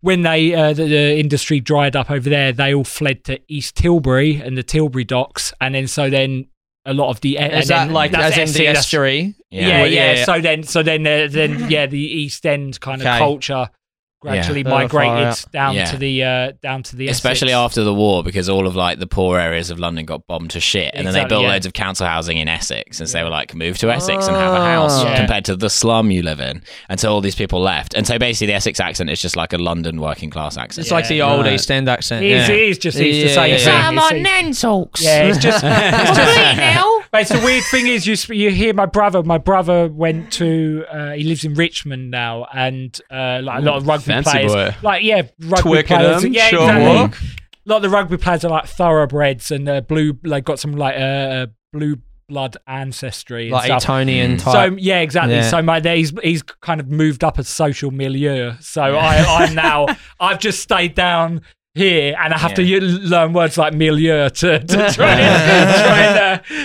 D: when they uh, the, the industry dried up over there, they all fled to East Tilbury and the Tilbury docks. And then so then a lot of the
A: Is
D: and
A: that
D: then
A: like
D: that's
A: as
D: E
A: in
D: Essex,
A: the
D: that's-
A: estuary?
D: yeah, yeah,
A: yeah, yeah.
D: So then, so then, uh, then, yeah, the East End kind of
A: Okay.
D: culture gradually
A: Yeah. Far
D: migrated
A: out.
D: down
C: Yeah.
D: to the uh, down to the Essex.
C: especially after the war because all of like the poor areas of london got bombed to shit and then they
D: Exactly,
C: built
D: yeah.
C: loads of council housing in essex and so they were like move to essex and have a house
A: Oh. Yeah.
C: compared to the slum you live in and so all these people left and so basically the essex accent is just like a london working class accent
A: It's like the
D: Yeah,
A: old
B: right.
A: East End accent.
D: It is,
A: yeah.
D: it is just it's
A: Yeah,
D: the same
A: yeah,
D: thing.
A: yeah.
D: It's- it's-
C: Nantalks.
D: yeah, it's just, it's just
C: now.
D: but it's the weird thing is you sp- you hear my brother. My brother went to uh, he lives in Richmond now, and uh, like a lot of rugby
B: fancy
D: players,
B: boy.
D: like yeah, rugby
B: Twickenham,
D: players, yeah,
B: short
D: exactly.
B: walk.
D: A lot of the rugby players are like thoroughbreds and uh, blue. Like got some like uh, blue blood ancestry, and
A: Like
D: stuff.
A: Etonian
C: Mm.
A: type.
D: So yeah, exactly.
A: Yeah.
D: So my he's he's kind of moved up a social milieu. So I I'm now I've just stayed down here and I have to
C: Yeah.
D: u- learn words like milieu to, to try and trying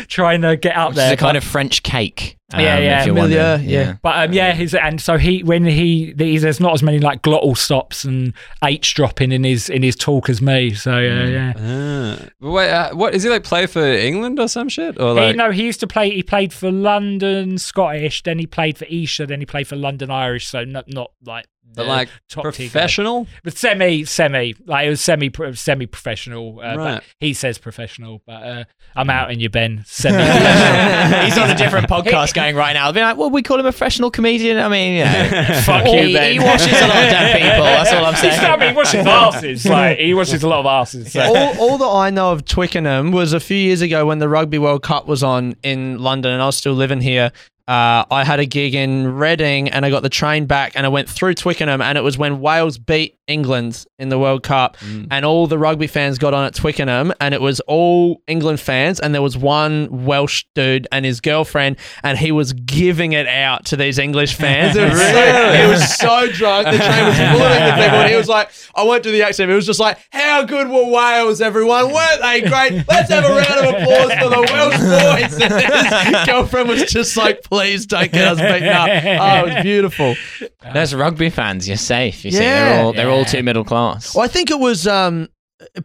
D: to trying to get up
C: Which is
D: there.
C: a kind of
D: but,
C: French cake. um,
D: Yeah, yeah,
C: if you're
A: familiar,
C: wondering.
A: yeah.
D: but um yeah, he's and so he when he the- there's not as many like glottal stops and h dropping in his in his talk as me. So uh,
C: Mm.
D: yeah.
B: Ah. But wait, uh, what is he like? Play for England or some shit? Or
D: He,
B: like,
D: no, he used to play. He played for London Scottish, then he played for Isha, then he played for London Irish. So not not like
B: but
D: the
B: like
D: top tier guys.
B: professional?
D: But semi, semi, like it was semi, semi professional. Uh,
B: Right.
D: but he says professional, but uh, I'm out in you, Ben. Semi.
C: He's on a different podcast going right now. They'll be like, well, we call him a professional comedian. I mean, you know,
D: Fuck
C: he,
D: you, Ben.
C: he washes a lot of dead people. That's all I'm
D: He's not- he
C: saying.
D: washes asses. Like he washes a lot of asses. So.
A: all, all that I know of Twickenham was a few years ago when the Rugby World Cup was on in London and I was still living here. Uh, I had a gig in Reading and I got the train back and I went through Twickenham and it was when Wales beat England in the World Cup and all the rugby fans got on at Twickenham and it was all England fans and there was one Welsh dude and his girlfriend and he was giving it out to these English fans. It was, so, he was so drunk. The train was flooding with people and he was like, I won't do the accent. It was just like, how good were Wales, everyone? Weren't they great? Let's have a round of applause for the Welsh boys. And his girlfriend was just like, please don't get us beaten up. Oh, it was beautiful.
C: There's rugby fans. You're safe. You see,
A: Yeah.
C: they're all, they're all too middle class.
A: Well, I think it was um,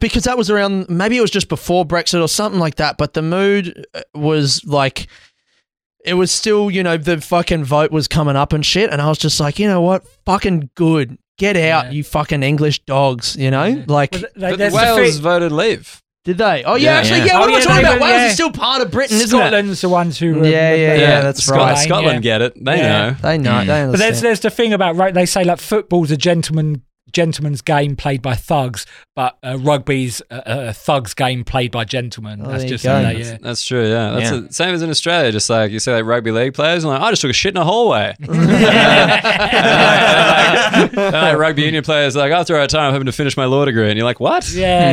A: because that was around. Maybe it was just before Brexit or something like that. But the mood uh, was like. It was still, you know, the fucking vote was coming up and shit, and I was just like, you know what, fucking good, get out,
D: Yeah.
A: you fucking English dogs, you know, like
D: But, like,
B: But
D: there's the
B: Wales
D: thing-
B: voted leave.
A: did they? Oh yeah,
B: Yeah.
A: actually, yeah.
C: Yeah.
A: what am
D: Oh,
A: I
D: yeah,
A: talking
D: they
A: about?
D: vote-
A: Wales
D: yeah.
A: is still part of Britain, isn't
D: Scotland's the ones who. were-
A: Yeah, yeah,
D: they-
A: yeah. that's
B: Scotland,
A: right.
B: Scotland get it. They
D: Yeah.
B: know.
A: it? They know.
C: Mm.
A: They
D: But
A: understand.
D: there's there's the thing about right. They say like football's a gentleman gentleman's game played by thugs, but uh, rugby's uh, uh, thugs game played by gentlemen.
A: Oh,
D: That's
A: there you
D: just
A: go.
D: how they,
A: That's-
D: yeah.
B: That's true, yeah. That's
C: Yeah.
B: the same as in Australia. Just like you say, like rugby league players, and like I just took a shit in a hallway. And like- and like rugby union players, like after our time, I'm having to finish my law degree, and you're like, what?
D: Yeah,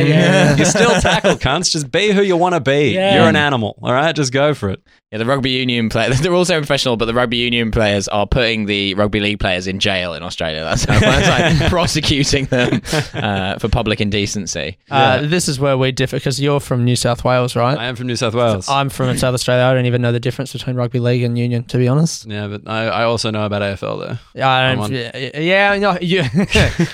D: yeah.
B: You still tackle cunts. Just be who you want to be.
D: Yeah.
B: You're an animal, all right? Just go for it.
C: Yeah, the rugby union players, they're also professional, but the rugby union players are putting the rugby league players in jail in Australia. That's how that's like prosecuting them uh, for public indecency.
A: Uh, this is where we differ because you're from New South Wales, right?
B: I am from New South Wales.
A: I'm from South Australia. I don't even know the difference between rugby league and union, to be honest.
B: yeah, but I, I also know about AFL though.
A: Yeah, I
B: I'm on-
A: don't, yeah, yeah, no, you,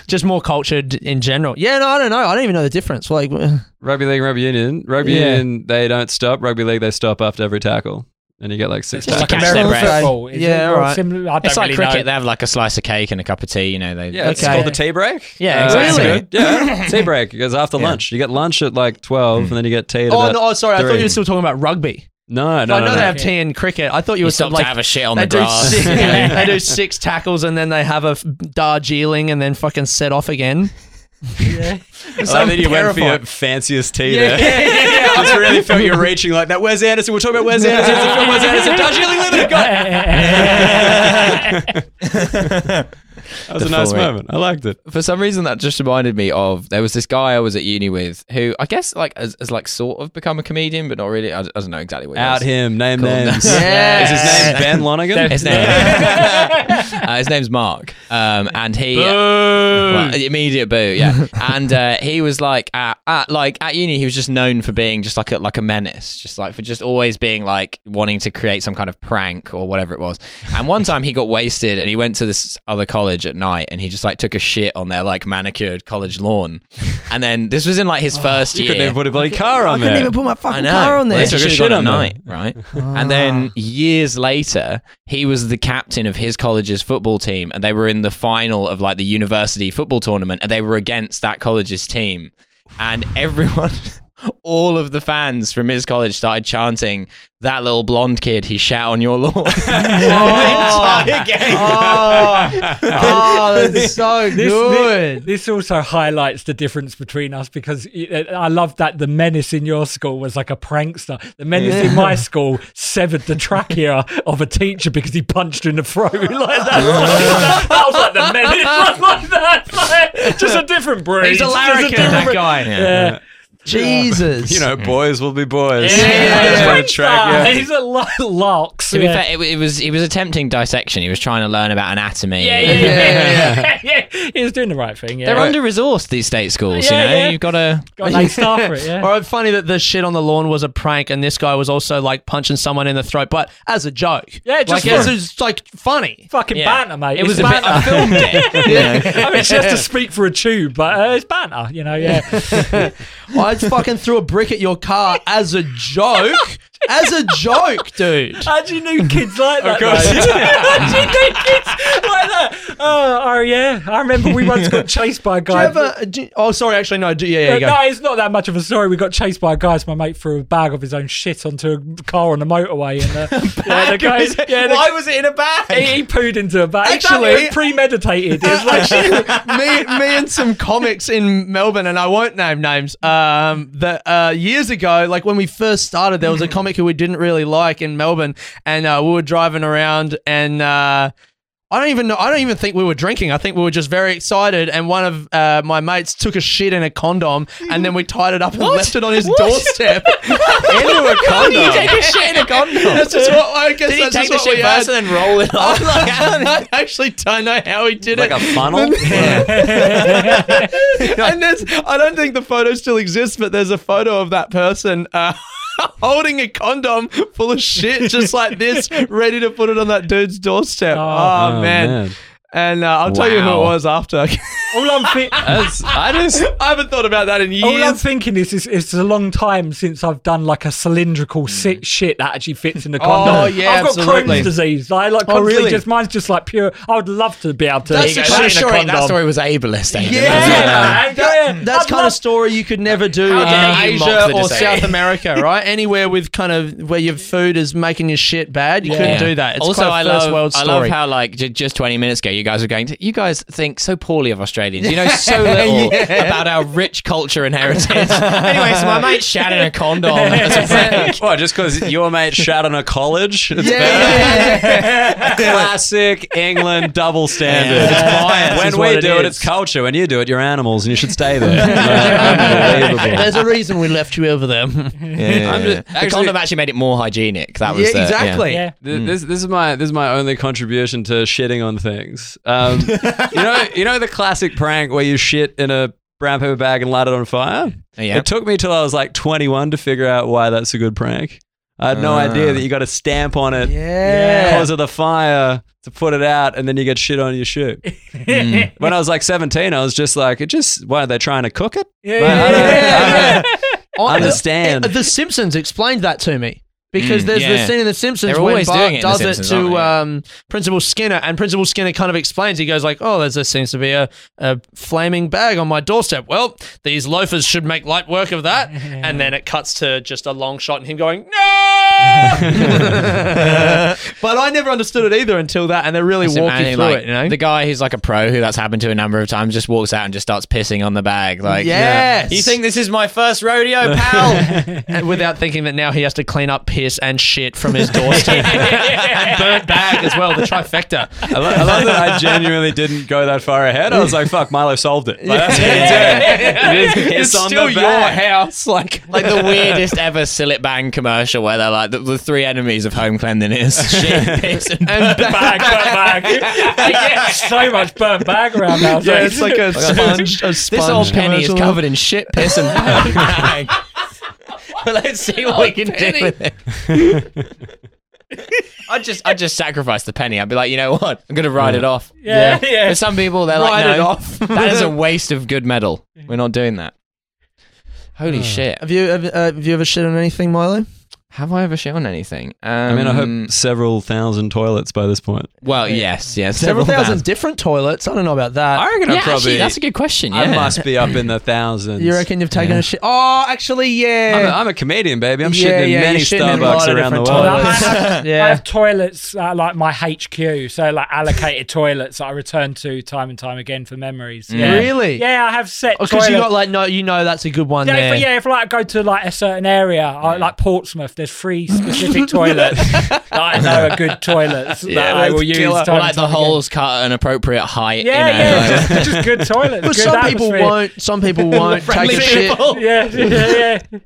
A: just more cultured in general. Yeah, no, I don't know. I don't even know the difference. Like,
B: Rugby league, rugby union, rugby
A: Yeah.
B: union. They don't stop. Rugby league, they stop after every tackle, and you get like six
D: It's just
B: tackles.
C: Catch
D: like
C: their
D: American
C: breath.
D: football. Is
A: Yeah,
D: it
A: all right.
D: similar? I don't
C: It's like
D: really
C: cricket.
D: know.
C: They have like a slice of cake and a cup of tea, you know. They,
B: Yeah, it's
A: Okay.
B: called the tea break.
A: Yeah,
B: that's
A: really?
B: good. Yeah, tea break because after lunch you get lunch at like twelve, and then you get tea. At
A: oh
B: about
A: no, oh, sorry, I thought you
B: three.
A: were still talking about rugby.
B: No, no,
A: I
B: no,
A: know
B: no.
A: they have tea in cricket. I thought you
C: you
A: were
C: stop
A: some,
C: to
A: like
C: have a shit on
A: they
C: the
A: do,
C: grass.
A: six, they do six tackles and then they have a f- Darjeeling and then fucking set off again.
B: I
A: So
B: love that you went for your
A: terrified.
B: fanciest tea
A: Yeah,
B: there. I just really felt you reaching like that. Where's Anderson? We're talking about Wes Anderson. It's a film, Wes Anderson. Darjeeling Limited. Got it. That was
C: The
B: a nice
C: full rate.
B: moment. I liked it.
C: for some reason that just reminded me of there was this guy I was at uni with who I guess like has, has like sort of become a comedian but not really I, I don't know exactly what he
B: Out
C: does.
B: him. Name
C: Cool.
B: names.
A: Yeah.
B: Is his name Ben Lonigan?
C: his name uh, his name's Mark um, and he Well, immediate boo yeah and uh, he was like at, at like at uni he was just known for being just like a, like a menace just like for just always being like wanting to create some kind of prank or whatever it was and one time he got wasted and he went to this other college at night and he just like took a shit on their like manicured college lawn and then this was in like his first
B: Oh, You
C: year
B: couldn't even put a bloody car on
A: I couldn't
B: there.
A: even put my fucking
C: I know.
A: car Oh, on
C: Well,
A: there.
C: they
B: Took a
C: should've
B: shit
C: gone
B: on
C: at
B: them.
C: night, right? And then years later, he was the captain of his college's football team, and they were in the final of like the university football tournament, and they were against that college's team, and everyone. All of the fans from his college started chanting, "That little blonde kid, he shat on your lawn." The entire game.
A: Oh, oh, that's so
D: This, thi-
A: good.
D: this also highlights the difference between us because it, I love that the menace in your school was like a prankster. The menace in my school severed the trachea of a teacher because he punched her in the throat like that. I was like the menace was like that. Like, just a different breed.
A: He's a
D: Just
A: larrikin,
D: different
A: that
D: breed.
A: guy.
D: Yeah.
A: Jesus.
B: You know, boys will be boys.
D: Yeah,
A: yeah,
D: he's
A: Mm. yeah.
D: a
A: Oh,
D: prankster.
B: Track, yeah.
D: He's a lo- larks.
C: To be
D: yeah.
C: fair, it, wa- it was he was attempting dissection. He was trying to learn about anatomy.
D: yeah, yeah, yeah, yeah, yeah, He was doing the right thing. Yeah,
C: They're under resourced these state schools.
D: Yeah,
C: you know,
D: yeah.
C: you've got to.
D: got an A star for it.
A: All
D: Yeah.
A: right, funny that the shit on the lawn was a prank, and this guy was also like punching someone in the throat, but as a joke.
D: Yeah, just
A: like as
D: for-
A: it's like funny.
D: Fucking
C: Yeah.
D: banter, mate.
C: It was
D: It's
C: a bit. uh, I
D: banter.
C: filmed it.
D: I mean, she has to speak for a tube, but uh, it's banter, you know. Yeah,
A: I fucking threw a brick at your car as a joke. as a joke, dude.
D: how do you know kids like that?
B: course
D: though?
B: you do.
D: how do you know kids like that? Oh, oh, yeah, I remember we once got chased by a
A: Do you
D: guy.
A: ever? Do you- oh, sorry. Actually, no. Do, yeah, yeah.
D: Uh,
A: You go.
D: no, it's not that much of a story. We got chased by a guy. So my mate threw a bag of his own shit onto a car on the motorway, and uh, yeah, the guy, yeah, the,
C: was it in a bag?
D: he, he pooed into a bag.
A: Actually-
D: it was premeditated. It was like,
A: me, me and some comics in Melbourne, and I won't name names. Um, that uh, years ago, like when we first started, there was a comic who we didn't really like in Melbourne, and uh, we were driving around, and uh, I don't even know. I don't even think we were drinking. I think we were just very excited, and one of uh, my mates took a shit in a condom, and then we tied it up and left it on his doorstep.
B: Into a
C: You
B: condom.
C: take a shit in a condom.
A: that's just what I guess.
C: Did he
A: that's
C: take
A: just
C: the
A: what
C: shit
A: we had.
C: first and then roll it
A: I
C: off?
A: like, I actually don't know how he did
B: Like
A: it.
B: a funnel.
A: and there's, I don't think the photo still exists, but there's a photo of that person uh, holding a condom full of shit, just like this, ready to put it on that dude's doorstep. Oh,
D: Oh,
A: man. And uh, I'll tell you who it
C: Wow.
A: was after.
D: all I'm thi-
B: That's, I just
A: I haven't thought about that in
D: All I'm
A: years.
D: thinking is, is it's a long time since I've done like a cylindrical sit shit that actually fits in the condom.
A: Hmm. Oh, yeah,
D: I've got
A: absolutely. Oh,
D: Crohn's disease. I like constantly
A: really?
D: just mine's just like pure. I would love to be able to.
A: That's
D: shit
A: the kind of
D: in a
A: story-
D: condom.
C: that story was ableist. eh? Aidan,
A: Yeah.
C: wasn't it?
D: Yeah,
A: That-
D: yeah.
A: that's
D: I'd
A: kind
D: love-
A: of story you could never do in
C: dare you mock
A: Asia
C: the
A: or
C: disease?
A: South America, right? Anywhere with kind of where your food is making your shit bad, you couldn't do that. It's
C: also,
A: quite a
C: I
A: first
C: love,
A: world story.
C: I love how like j- just 20 minutes ago you you guys were going to. You guys think so poorly of Australians. You know so little about our rich culture and heritage. anyway, so my mate shat in a condom as a prank.
B: What, just because your mate shot on a college? It's
A: Yeah,
B: better.
A: yeah, yeah.
B: Classic England double
C: Yeah.
B: standard.
C: It's bias
B: when
C: is
B: we
C: what it
B: do it,
C: is.
B: it's culture. When you do it, you're animals and you should stay there. Like, unbelievable.
A: There's a reason we left you over there.
B: I'm
C: Yeah. the
B: just- actually-
C: condom actually made it more hygienic. That was the-
D: Yeah.
B: Th- This this is my this is my only contribution to shitting on things. Um, you know you know the classic prank where you shit in a brown paper bag and light it on fire.
C: Yeah.
B: It took me till I was like 21 to figure out why that's a good prank. I had no
C: Ah.
B: idea that you got to stamp on it
A: Yeah.
B: because of the fire to put it out, and then you get shit on your shoe.
C: Mm.
B: When I was like 17, I was just like, it just why are they trying to cook it?
D: Yeah,
B: Like, I
D: yeah,
B: don't- I
D: yeah,
B: don't
A: I-
B: understand.
A: uh, The Simpsons explained that to me. Because
C: Mm,
A: there's
C: yeah.
A: the scene in The Simpsons
C: They're
A: when
C: always
A: Bart
C: doing it in
A: does
C: The Simpsons,
A: it
C: aren't
A: to
C: they? Yeah.
A: um, Principal Skinner, and Principal Skinner kind of explains. He goes like, "Oh, there's, there seems to be a, a flaming bag on my doorstep. Well, these loafers should make light work of that." And then it cuts to just a long shot and him going, "No!" but I never understood it either until that, and they really
C: Just
A: walk you
C: imagine,
A: through
C: like,
A: it. You know,
C: The guy who's like a pro who that's happened to a number of times just walks out and just starts pissing on the bag. Like,
A: Yes.
C: you think this is my first rodeo, pal?
A: And without thinking that now he has to clean up piss and shit from his doorstep and burnt bag as well, the trifecta.
B: I, lo- I love that I genuinely didn't go that far ahead. I was like, fuck, Milo solved it. Like, that's what he did. It
A: It's
B: is piss on
A: still
B: the
A: your
B: bag.
A: house, like.
C: like the weirdest ever Sillet Bang commercial where they're like the, the three enemies of home cleanliness: shit, piss, and,
A: And
D: Burnt bag. Yeah, so much burnt bag around now.
A: yeah, it's like a sponge. A sponge
C: This old penny is
A: commercial.
C: covered in shit, piss, and bag. But let's see what we can do with it. I just, I just sacrifice the penny. I'd be like, you know what? I'm gonna write it off.
D: yeah, yeah.
C: For some people, they're
A: Write
C: like,
A: it
C: no,
A: off.
C: that is a waste of good metal. We're not doing that. Holy shit!
A: Have you have, uh, have you ever shit on anything, Milo?
C: Have I ever shit on anything? Um,
B: I mean, I hope several thousand toilets by this point.
C: Well, yes, yes.
A: Several thousand
C: thousand.
A: different toilets. I don't know about that.
B: I reckon
C: Yeah,
B: I probably.
C: actually, that's a good question. Yeah.
B: I must be up in the thousands.
A: you reckon you've taken
C: Yeah.
A: a shit? Oh, actually,
B: I'm a,
A: yeah.
B: I'm a comedian, baby. I'm
A: Yeah,
B: shitting in
A: yeah,
B: many
A: you're shitting in a lot
B: Starbucks
A: of
B: around the
A: different
B: world.
D: Well, I have, I
A: yeah.
D: have toilets uh, like my HQ, so like allocated toilets that I return to time and time again for memories. Yeah.
A: Mm. Really?
D: Yeah, I have set
A: Because
D: toilets.
A: you got like no, you know that's a good one
D: Oh, yeah,
A: there.
D: if, yeah, if like I go to like a certain area, I, like Portsmouth, there's three specific toilets that I know are good toilets that I
A: that's
D: will use.
A: killer.
D: Time
C: Or
D: and
C: like the
D: time
C: holes cut at an appropriate height.
D: Again. Yeah,
C: you know,
D: yeah,
C: like-
D: just, just good toilets.
A: But
D: good
A: some people
D: atmosphere.
A: won't. Some people won't take a
C: Friendly
A: shit.
C: people.
D: Yeah, yeah, yeah.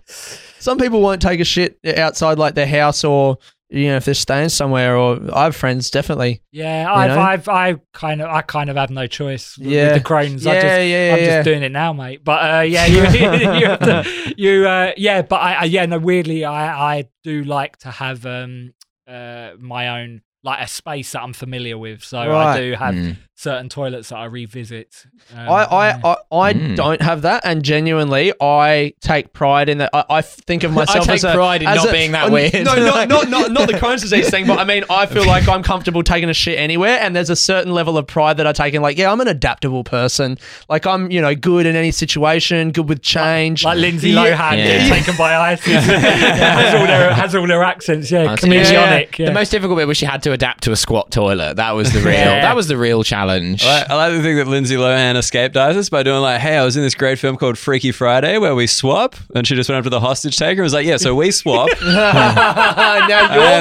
A: Some people won't take a shit outside like their house or you know if they're staying somewhere. Or I have friends definitely.
D: Yeah, I've,
A: know?
D: I've, I've kind of, I kind of have no choice with-
A: Yeah.
D: with the crones. I
A: Yeah,
D: just,
A: yeah,
D: I'm
A: yeah.
D: just doing it now, mate. But uh, yeah, you, you, have to, you uh, yeah, but I, I, yeah, no, weirdly, I, I do like to have um, uh, my own like a space that I'm familiar with, so
A: Right. Hmm.
D: I do have
C: Mm.
D: certain toilets that I revisit. Um,
A: I
D: yeah.
A: I I, I
C: Mm.
A: don't have that, and genuinely, I take pride in that. I, I think of myself
C: take
A: as a,
C: pride in
A: as
C: not
A: a-
C: being that
A: uh,
C: weird.
A: No, not, not, not, not the Crohn's disease thing, but I mean, I feel like I'm comfortable taking a shit anywhere, and there's a certain level of pride that I take in. Like, yeah, I'm an adaptable person. Like, I'm you know good in any situation, good with change.
D: like Lindsay
A: Yeah.
D: Lohan
C: Yeah.
D: yeah. taken by ISIS has all their has all their accents. Yeah, comedianic. Yeah,
C: The most difficult bit was she had to adapt to a squat toilet. That was the real.
D: Yeah.
C: That was the real challenge.
B: I like, I like to think that Lindsay Lohan escaped ISIS by doing like, "Hey, I was in this great film called Freaky Friday where we swap," and she just went up to the hostage taker and was like, "Yeah, so we swap.
A: now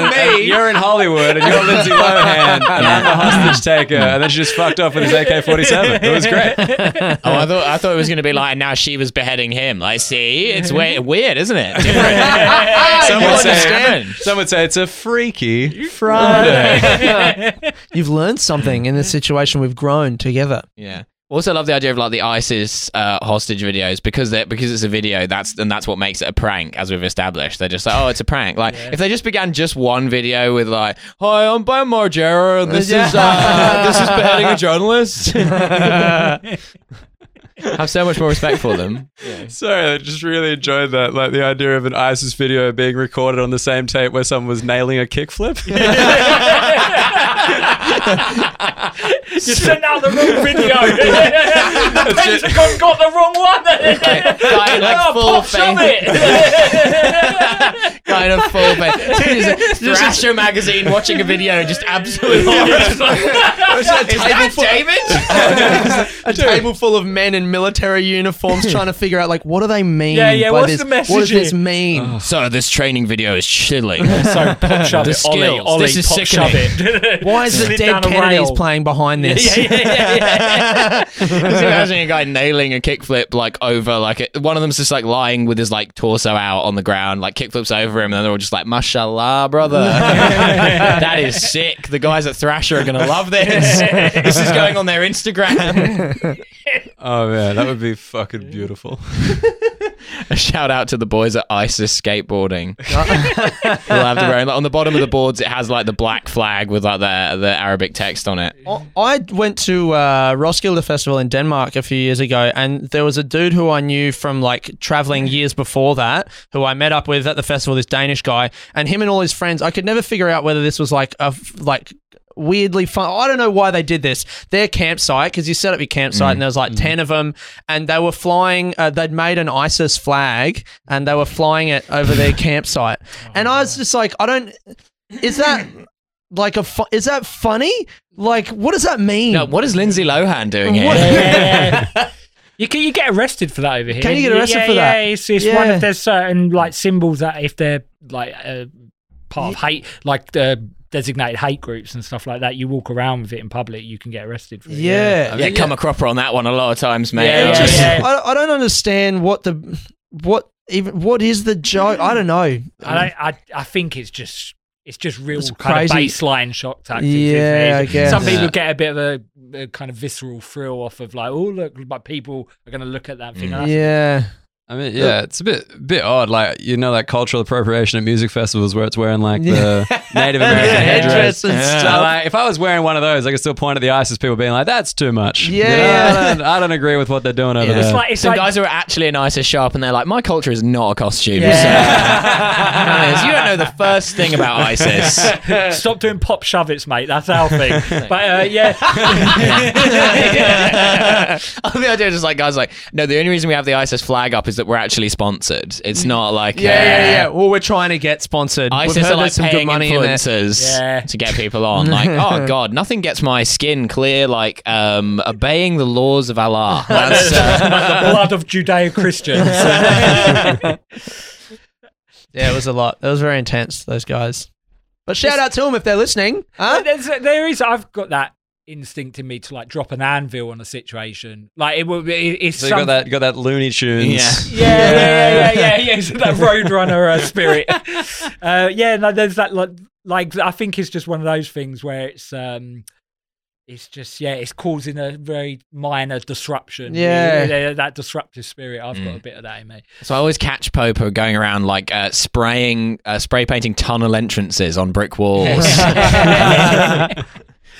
A: you're
B: and,
A: me.
B: and you're in Hollywood, and you're Lindsay Lohan, and I'm the hostage taker." And then she just fucked off with his AK-47. It was great.
C: Oh, I thought I thought it was going to be like now she was beheading him. Like, see, it's way, weird, isn't it? Different.
B: Some
C: You
B: would say,
C: understand.
B: some would say it's a Freaky Friday.
A: You've learned something in this situation. We've grown together.
C: Yeah. Also, love the idea of like the ISIS uh, hostage videos because they are because it's a video. That's and that's what makes it a prank, as we've established. They're just like, oh, it's a prank. Like if they just began just one video with like, hi, I'm Ben Margera. This is uh, this is beheading a journalist. have so much more respect for them.
B: Sorry, I just really enjoyed that. Like the idea of an ISIS video being recorded on the same tape where someone was nailing a kickflip.
D: You sent out the wrong video. the Pentagon got the wrong one.
C: Guy in like
D: oh,
C: full
D: pop shove
C: face.
D: it.
C: Guy in a full face. Just Thrasher magazine watching a video, just absolute
A: Is that
C: David?
A: a table full of men in military uniforms trying to figure out like what do they mean?
D: Yeah, yeah,
A: by
D: what's
A: this?
D: the Oh. message
A: What does
D: here?
A: this mean?
C: so Oh, this training video is chilling.
D: so pop shove
C: The
D: it. Ollie,
C: skills.
D: Ollie,
C: This is
D: pop
C: sickening.
D: shove it.
A: Why is the
D: Sit
A: dead
D: down a
A: Kennedys
D: rail.
A: playing behind this?
C: yeah, yeah, yeah. Just imagining a guy nailing a kickflip like over, like it- one of them's just like lying with his like torso out on the ground, like kickflips over him, and then they're all just like, "Mashallah, brother, that is sick." The guys at Thrasher are gonna love this. this is going on their Instagram.
B: oh man, that would be fucking beautiful.
C: a shout out to the boys at ISIS skateboarding. They'll have their own. Like, on the bottom of the boards, it has like the black flag with like the the Arabic text on it.
A: I- I went to uh, Roskilde Festival in Denmark a few years ago, and there was a dude who I knew from like traveling years before that, who I met up with at the festival. This Danish guy, and him and all his friends. I could never figure out whether this was like a f- like weirdly fun. I don't know why they did this. Their campsite, because you set up your campsite, and there was like ten of them, and they were flying. Uh, they'd made an ISIS flag, and they were flying it over their campsite. and I was just like, I don't. Is that like a fu- is that funny? Like, what does that mean?
C: Now, Uh, what is Lindsay Lohan doing here?
D: You can you get arrested for that over here?
A: Can you get arrested
D: yeah,
A: for that?
D: Yeah, it's, it's one
A: Yeah.
D: of there's certain like symbols that if they're like uh, part of hate, like uh, designated hate groups and stuff like that, you walk around with it in public, you can get arrested for it.
A: yeah,
C: Yeah, come a cropper on that one a lot of times, mate.
D: Yeah,
A: It
D: yeah,
A: just-
D: yeah.
A: I, I don't understand what the what even what is the joke? I don't know.
D: I, don't, I I think it's just it's just real
A: It's
D: kind
A: crazy.
D: of baseline shock tactics.
A: Yeah,
D: isn't it?
A: I guess.
D: some people
C: Yeah.
D: get a bit of a, a kind of visceral thrill off of like, oh look, like people are going to look at that thing. and "Oh, that's-
A: Yeah,
B: I mean, yeah, it's a bit bit odd. Like you know, like cultural appropriation at music festivals where it's wearing like the Native American
A: Yeah,
B: headdress
A: headdress and
B: Yeah.
A: stuff.
B: Like, if I was wearing one of those, I could still point at the ISIS people being like, "That's too much."
A: Yeah,
B: You know,
A: yeah.
B: I, don't, I don't agree with what they're doing over
C: Yeah.
B: there.
D: It's like it's
C: Some
D: like
C: guys who are actually an ISIS sharp and they're like, my culture is not a costume.
D: Yeah.
C: So- you don't know the first thing about ISIS.
D: Stop doing pop shove its, mate. That's our thing. But uh, yeah.
C: I think I do just like guys like, no, the only reason we have the ISIS flag up is that we're actually sponsored. It's not like
A: yeah,
C: uh,
A: yeah, yeah. Well, we're trying to get sponsored. We've
C: ISIS
A: heard
C: are like
A: there's some
C: paying
A: good money in there.
C: influencers
D: Yeah.
C: to get people on. Like, oh god, nothing gets my skin clear like um, obeying the laws of Allah. That's, uh,
D: the blood of Judeo Christians.
A: Yeah, it was a lot. It was very intense. Those guys. But shout out to them if they're listening. Huh?
D: There's, there is. I've got that instinct in me to like drop an anvil on a situation. Like it will. It, it's
B: so you got
D: some-
B: that you got that Looney Tunes.
C: Yeah.
D: Yeah, yeah, yeah, yeah, yeah. yeah. So that Roadrunner uh, spirit. Uh, yeah, no, there's that. Like, like, I think it's just one of those things where it's, um, it's just, yeah, it's causing a very minor disruption.
A: Yeah.
D: that disruptive spirit. I've
B: Mm.
D: got a bit of that in me.
C: so I always catch Popo going around like uh, spraying, uh, spray painting tunnel entrances on brick walls.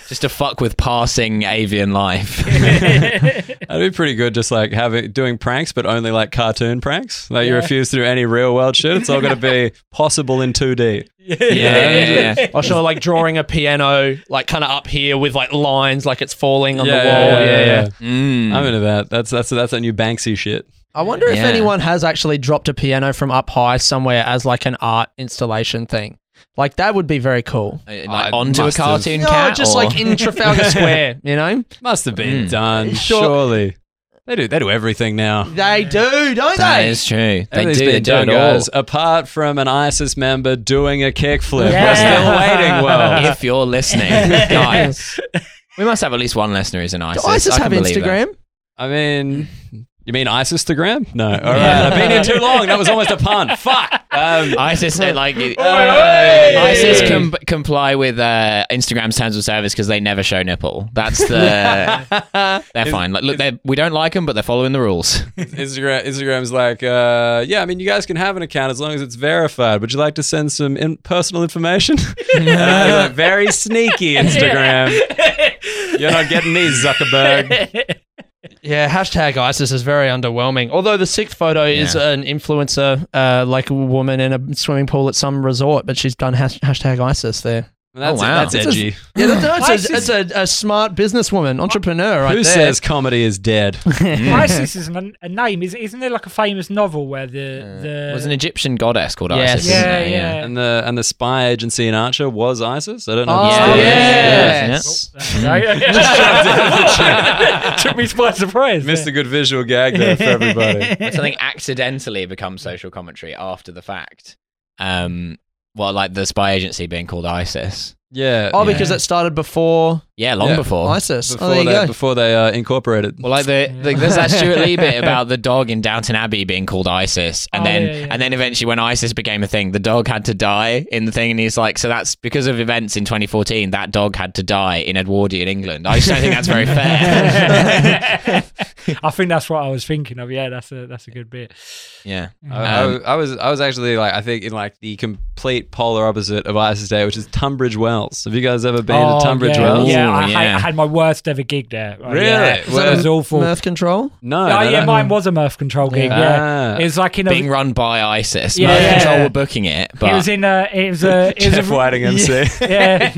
C: Just to fuck with passing avian life.
B: That'd be pretty good, just like having doing pranks, but only like cartoon pranks. Like you refuse to do any real world shit. It's all going to be possible in two D.
C: yeah, yeah, yeah.
A: Or sure, like drawing a piano, like kind of up here with like lines, like it's falling on the wall.
C: Mm.
B: I'm into that. That's that's that's that new Banksy shit.
A: I wonder if
C: Yeah.
A: anyone has actually dropped a piano from up high somewhere as like an art installation thing. Like that would be very cool.
C: like
B: I
C: onto a
B: must have-
C: cartoon
A: No,
C: cat,
A: just
C: or-
A: like in Trafalgar Square, you know?
B: Must have been
C: Mm.
B: done.
A: Sure.
B: Surely they do. They do everything now.
A: They do, don't
C: that
A: they?
C: is true. They
B: Everything's
C: do, they
B: been
C: do it
B: done,
C: all.
B: guys. Apart from an ISIS member doing a kickflip,
D: Yeah.
B: we're still waiting. Well,
C: if you're listening, guys, we must have at least one listener who's in
A: Do
C: ISIS.
A: ISIS
C: I can
A: have
C: believe that.
A: Instagram?
B: I mean, you mean ISIStogram? No. All right.
C: Yeah.
B: I've been here too long. That was almost a pun. Fuck. Um,
C: ISIS uh, like it-
B: Hey!
C: ISIS com- comply with uh, Instagram's terms of service because they never show nipple. That's the they're fine. Like, look, they're, we don't like them, but they're following the rules.
A: Uh,
B: Instagram Instagram's like, uh, yeah, I mean, you guys can have an account as long as it's verified. Would you like to send some in- personal information? Like, Very sneaky Instagram. You're not getting these, Zuckerberg.
A: Yeah, hashtag ISIS is very underwhelming. Although the sixth photo is an influencer, uh, like a woman in a swimming pool at some resort, but she's done hash- hashtag ISIS there.
B: That's,
C: Oh, wow.
B: that's edgy.
A: Yeah, that, that's, a,
D: ISIS-
A: that's a, a smart businesswoman, entrepreneur right
B: Who
A: there.
B: says comedy is dead?
D: Isis is a, a name, is isn't there like a famous novel where the
B: Uh,
D: the
C: It was an Egyptian goddess called
A: Yes.
C: Isis.
D: yeah,
C: isn't
D: yeah,
C: it?
B: and the and the spy agency in Archer was ISIS. I don't know. if
A: Oh,
B: it's
C: Yeah,
B: still-
C: yeah, yeah.
A: yes.
B: Mm.
D: Oh, Took me by surprise.
B: Missed a good visual gag there for everybody.
C: When something accidentally becomes social commentary after the fact. Um, well, like the spy agency being called ISIS.
B: Yeah.
A: Oh,
B: yeah.
A: because that started before
C: Yeah, long
B: Yeah.
C: before.
A: ISIS.
B: before
A: oh, there you
B: they
A: go.
B: before they uh, incorporated.
C: Well, like the, the there's that Stuart Lee bit about the dog in Downton Abbey being called ISIS, and
D: Oh,
C: then
D: yeah, yeah.
C: and then eventually when ISIS became a thing, the dog had to die in the thing, and he's like, so that's because of events in 2014, that dog had to die in Edwardian England. I just don't think that's very fair.
D: I think that's what I was thinking of. Yeah, that's a that's a good bit.
C: yeah,
D: Oh,
B: I, I
C: Um,
B: was- I was I was actually like I think in like the complete polar opposite of ISIS Day, which is Tunbridge Wells. Have you guys ever been
A: Oh,
B: to Tunbridge
D: Oh, yeah,
B: Wells?
D: Yeah,
C: Ooh,
D: I, had-
C: yeah.
D: I had my worst ever gig there. Oh,
B: Really?
D: Yeah.
B: Is that
D: it was awful.
A: Mirth control.
B: No,
D: oh,
B: no,
D: yeah,
B: no.
D: mine was a Mirth Control gig.
B: Ah.
D: Yeah, it was like in a.
C: being run by ISIS.
D: Yeah,
C: Yeah,
D: yeah,
C: control
D: yeah.
C: were booking it,
D: it was
C: but
D: in a. It was a. It was
B: Jeff
D: a,
B: Whiting MC.
D: Yeah.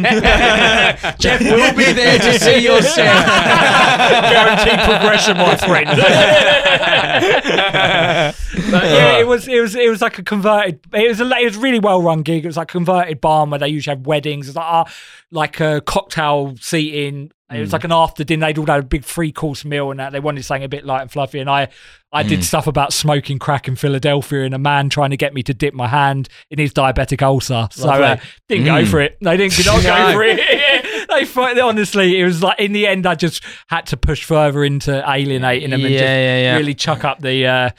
A: Jeff will be there to see your
D: Guaranteed progression, my friend. yeah, it was it was it was like a converted. It was a it was a really well run gig. It was like a converted barn where they usually have weddings. It's like uh, like a cocktail seating. It was like an after dinner. They'd all had a big three course meal and that. They wanted something a bit light and fluffy. And I, I did stuff about smoking crack in Philadelphia and a man trying to get me to dip my hand in his diabetic ulcer. So uh,
A: Lovely.
D: didn't go for it. They didn't did not go for it. they fight. Honestly, it was like in the end, I just had to push further into alienating them and
A: Yeah,
D: just
A: yeah, yeah.
D: really chuck up the. Uh,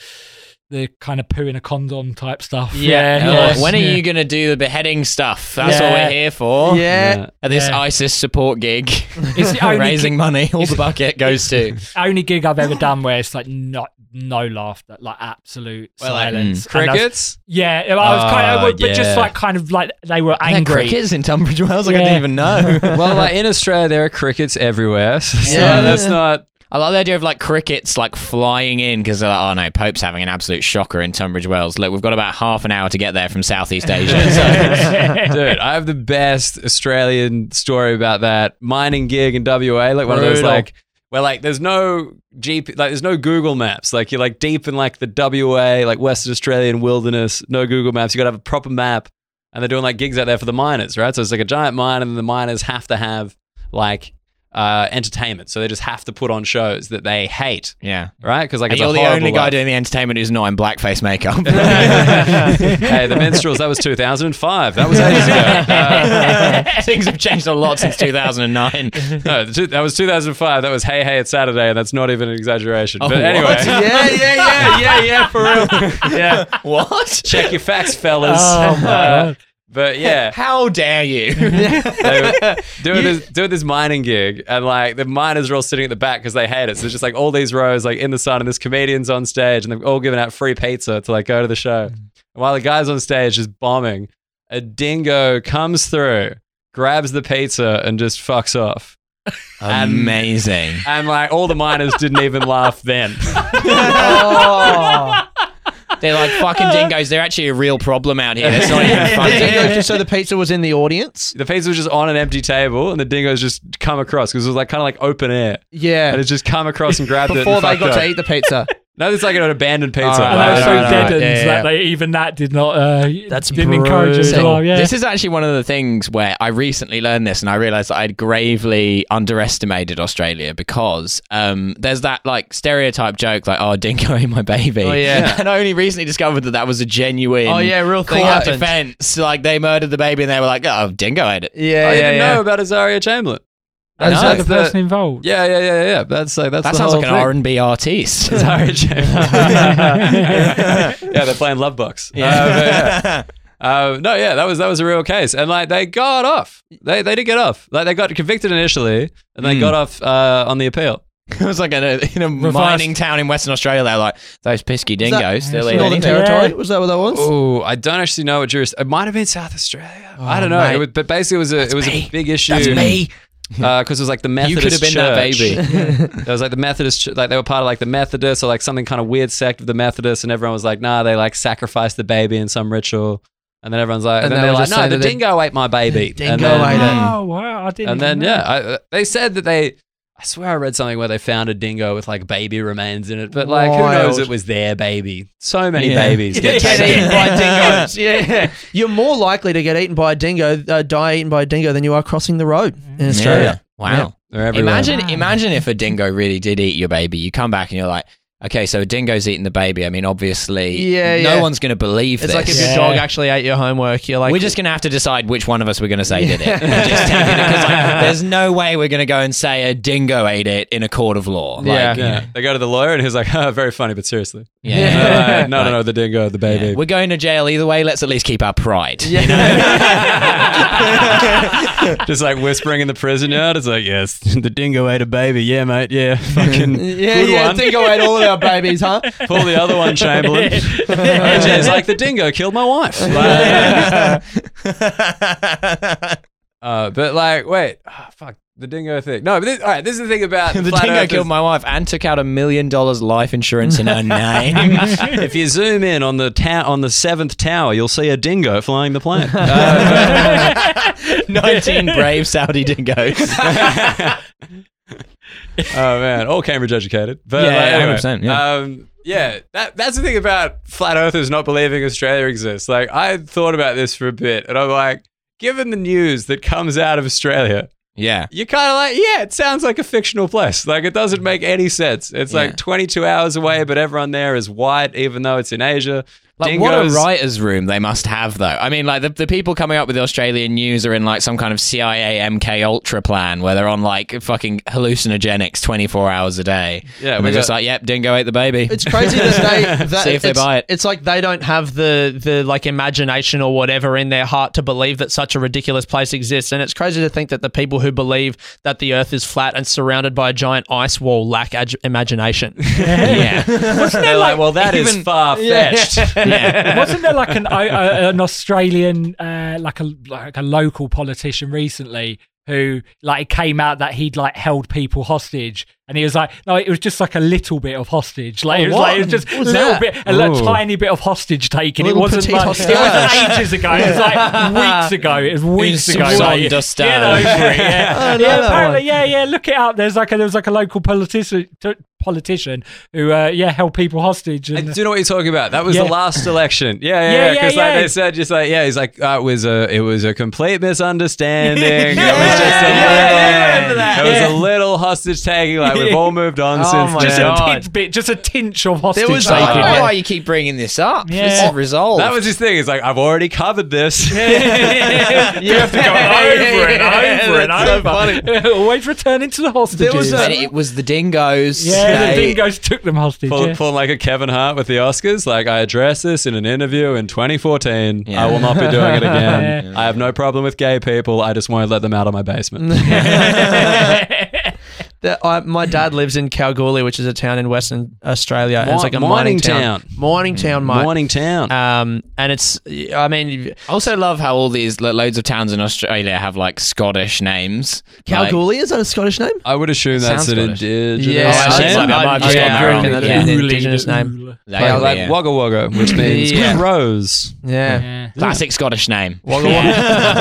D: the kind of poo in a condom type stuff.
A: Yeah.
C: Oh,
A: Yes.
C: when are you gonna do the beheading stuff? That's what
D: Yeah.
C: we're here for.
A: Yeah.
C: At this
D: Yeah.
C: ISIS support gig,
D: It's the only
C: raising money, all the bucket goes to.
D: Only gig I've ever done where it's like not no laughter, like absolute
B: Well,
A: mm,
B: like,
D: silence. And that's-
B: Crickets.
D: yeah, I
A: Ah,
D: was kind of,
B: Oh,
D: but just
B: yeah.
D: like kind of like they were
C: And
D: angry.
C: crickets in Tunbridge Wells. Like, I
D: Yeah.
C: didn't even know.
B: well, like in Australia, there are crickets everywhere. So
A: Yeah.
B: that's not.
C: I like the idea of like crickets like flying in because they're like, oh no, Pope's having an absolute shocker in Tunbridge Wells. Look, we've got about half an hour to get there from Southeast Asia. So.
B: Dude, I have the best Australian story about that mining gig in WA. Like one of those
A: Brutal.
B: like where like there's no GP, like there's no Google Maps. Like you're like deep in like the WA, like Western Australian wilderness. No Google Maps. You got to have a proper map. And they're doing like gigs out there for the miners, right? So it's like a giant mine, and the miners have to have like uh, entertainment. So they just have to put on shows that they hate,
C: yeah.
B: right? Because like
C: And
B: it's
C: you're
B: a
C: the
B: horrible
C: only guy
B: life.
C: doing the entertainment who's not in blackface makeup.
B: hey, the minstrels. That was 2005. That was ages ago. Uh,
C: Things have changed a lot since 2009.
B: no, the two- that was 2005. That was Hey Hey It's Saturday, and that's not even an exaggeration.
C: Oh,
B: but
C: what?
B: anyway,
A: Yeah, yeah, yeah, yeah, yeah, for real.
B: yeah,
C: what?
B: check your facts, fellas.
D: Oh, my
B: Uh,
D: God.
B: but yeah,
C: How dare you?
B: they were doing this doing this mining gig, and like the miners are all sitting at the back because they hate it. So it's just like all these rows, like in the sun, and this comedian's on stage, and they've all given out free pizza to like go to the show.
D: Mm.
B: And while the guy's on stage just bombing, a dingo comes through, grabs the pizza, and just fucks off.
D: Um,
C: Amazing.
B: And like all the miners didn't even laugh then.
A: Oh.
C: They're like fucking dingoes. They're actually a real problem out here. That's not even
A: Did
C: funny.
A: you go just so the pizza was in the audience?
B: The pizza was just on an empty table, and the dingoes just come across because it was like kind of like open air, and
A: Yeah.
B: it's just come across and grabbed it.
A: Before
B: and
A: they
B: fucked
A: got
B: up.
A: to eat the pizza.
B: No, it's like an abandoned pizza.
A: All right,
D: and they
A: Ah, Right,
D: were so
A: right, right.
D: deadened
A: Yeah, yeah.
D: that they even that did not uh,
A: That's
D: didn't encourage them to
A: brutal.
D: laugh. Yeah.
C: This is actually one of the things where I recently learned this, and I realised that I'd gravely underestimated Australia because um, there's that like stereotype joke, like "oh, dingo ate my baby,"
A: Oh, yeah.
C: and I only recently discovered that that was a genuine,
A: Oh, yeah, real thing
C: court
A: happened.
C: defense. Like they murdered the baby, and they were like, "oh, dingo ate it."
A: Yeah,
B: I
A: yeah,
B: didn't
A: yeah.
B: know about Azaria Chamberlain.
D: Is that the
B: That's the-
D: person involved?
B: Yeah, yeah, yeah, yeah. That's like that's
C: That
B: the
C: sounds
B: whole
C: like an
B: thing.
C: R and B artiste.
B: Azaria Chamberlain. yeah, they're playing Love Bucks. Yeah. Uh, no, yeah, that was that was a real case, and like they got off. They they did get off. Like they got convicted initially, and they got off uh, on the appeal.
C: it was like in a, in a mining town in Western Australia. They're like those pesky dingoes. They're
A: Northern
C: eating.
A: Territory?
D: Yeah.
A: Was that what that was?
B: Oh, I don't actually know what jurisdiction. It might have been South Australia. I don't know.
A: mate.
B: It was, but basically, it was a it was
C: Oh, me.
B: a big issue.
C: That's me.
B: because it was like the Methodist
C: you could have been that
B: church.
C: baby.
B: It was like the Methodist, ch- like they were part of like the Methodists or like something kind of weird sect of the Methodists, and everyone was like, nah, they like sacrificed the baby in some ritual, and then everyone's like,
C: And
B: and then
C: they
B: they're
C: were
B: like,
C: just
B: no,
C: saying
B: the
C: that they-
B: dingo ate my baby.
A: Dingo
B: and then,
A: ate it.
D: Oh wow! I didn't.
B: And then
D: even
B: yeah,
D: know.
B: I, they said that they. I swear I read something where they found a dingo with like baby remains in it, but like who knows
A: Wild.
B: it was their baby. So many
C: Yeah.
B: babies
A: Yeah,
B: get
A: yeah,
B: taken.
A: they eat by dingoes. Yeah, you're more likely to get eaten by a dingo, uh, die eaten by a dingo, than you are crossing the road in Australia.
C: Wow.
B: They're everywhere.
C: Imagine, imagine if a dingo really did eat your baby. You come back and you're like, okay, so a dingo's eating the baby. I mean, obviously,
A: Yeah,
C: no
A: yeah.
C: one's going to believe
A: It's
C: this.
A: like if
D: Yeah.
A: your dog actually ate your homework. You're like,
C: we're just going to have to decide which one of us we're going to say did it. We're just taking it 'cause, like, there's no way we're going to go and say a dingo ate it in a court of law. Like,
A: Yeah.
B: Yeah. They go to the lawyer and he's like, oh, very funny, but seriously.
C: yeah.
B: Uh, no, no, no, the dingo, the
C: Yeah.
B: baby.
C: We're going to jail either way. Let's at least keep our pride.
A: Yeah.
B: Just like whispering in the prison yard. It's like, yes, the dingo ate a baby. Yeah, mate. Yeah. Fucking
A: yeah,
B: good
A: yeah,
B: one.
A: dingo ate all our babies, huh?
B: Pull the other one, Chamberlain. AJ's like, the dingo killed my wife. Like- uh, but like, wait, Ah, fuck, the dingo thing. No, but this, all right, this is the thing about
C: The
B: flat
C: dingo
B: earthers.
C: killed my wife and took out a million dollars life insurance in her name.
B: if you zoom in on the ta- on the seventh tower, you'll see a dingo flying the plane. Uh,
C: 19 brave Saudi dingoes.
B: but- oh man, all Cambridge educated. But
C: Yeah,
B: like,
C: yeah,
B: anyway,
C: 100%, yeah.
B: Um, yeah, that, that's the thing about flat earthers not believing Australia exists. Like I thought about this for a bit, and I'm like, given the news that comes out of Australia,
C: Yeah.
B: you're kind of like, yeah, it sounds like a fictional place. Like it doesn't make any sense. It's
C: Yeah.
B: like 22 hours away, but everyone there is white, even though it's in Asia.
C: Like what a writer's room they must have though. I mean, like the, the people coming up with the Australian news are in like some kind of CIA MK Ultra plan where they're on like fucking hallucinogenics twenty four hours a day.
B: Yeah,
C: and
B: we
C: they're just
B: got-
C: like, yep, dingo ate the baby.
A: It's crazy that they that
C: See if they
A: it's,
C: buy it.
A: It's like they don't have the the like imagination or whatever in their heart to believe that such a ridiculous place exists. And it's crazy to think that the people who believe that the Earth is flat and surrounded by a giant ice wall lack ag- imagination.
C: yeah,
B: They're like, well, that is
C: even-
B: far fetched.
C: yeah.
D: Wasn't there like an uh, uh, an Australian uh, like a like a local politician recently who like it came out that he'd like held people hostage and he was like no it was just like a little bit of hostage like it was
B: Oh,
A: what?
D: like it was just
A: What
D: a
A: was
D: little
A: that?
D: bit a little
B: Ooh.
D: tiny bit of hostage taking it
A: Little
D: wasn't
A: petite
D: like it
A: hostage.
D: was ages ago it was like weeks ago it was weeks
C: some
D: ago like,
C: Zonda style.
D: get over it, yeah.
A: I love
D: yeah,
A: that
D: apparently,
A: one.
D: yeah, yeah. Look it up. There's like a, there was like a local politician, t- politician who, uh, yeah, held people hostage.
B: I
D: And,
B: do know what you're talking about. That was
D: Yeah.
B: the last election. Yeah,
D: Yeah,
B: yeah, yeah.
D: yeah,
B: Because like
D: yeah.
B: they said, just like yeah, he's like oh, it was a it was a complete misunderstanding. it was just a
D: Yeah, yeah,
B: little,
D: yeah, I remember that.
B: it was
D: Yeah.
B: a little hostage taking. Like we've all moved on
A: Oh
B: since.
A: my
B: then.
D: just
A: God.
D: a tinge bit, just a tinge of hostage
A: There was-
D: taking.
C: I don't know
A: Yeah.
C: why you keep bringing this up.
D: Yeah.
C: This is resolved.
B: That was his thing. He's like, I've already covered this.
D: you have to go over and over and
A: That's so
D: over. Always returning to the hostages.
A: There was
C: and
A: a-
C: it was the dingoes.
D: yeah,
C: They-
D: the dingoes took them hostage.
B: Pull,
D: yeah.
B: pulling like a Kevin Hart with the Oscars. Like, I addressed this in an interview in 2014.
C: Yeah.
B: I will not be doing it again. I have no problem with gay people. I just won't let them out of my basement.
A: That I, my dad lives in Kalgoorlie, which is a town in Western Australia. and it's
B: Mi-
A: like a mining,
B: mining
A: town.
B: town.
A: Mining town, mate.
B: Morning town.
A: Um, and it's, I mean,
C: I also love how all these lo- loads of towns in Australia have like Scottish names. Like-
A: Kalgoorlie is that a Scottish name?
B: I would assume that's
C: Sounds
B: an
C: Scottish.
B: indigenous
A: Yeah,
C: Oh,
B: name.
C: it's like that might be
A: I-
C: on
A: I
C: our
A: reckon
C: own.
A: that is
C: Yeah.
A: an
D: Ooh,
A: indigenous
D: ooh,
A: name.
D: ooh.
C: They
B: Like,
C: are,
B: like
C: yeah.
B: Wagga Wagga, which means
A: Yeah.
B: crows.
A: Yeah.
D: Yeah.
C: Classic Scottish name.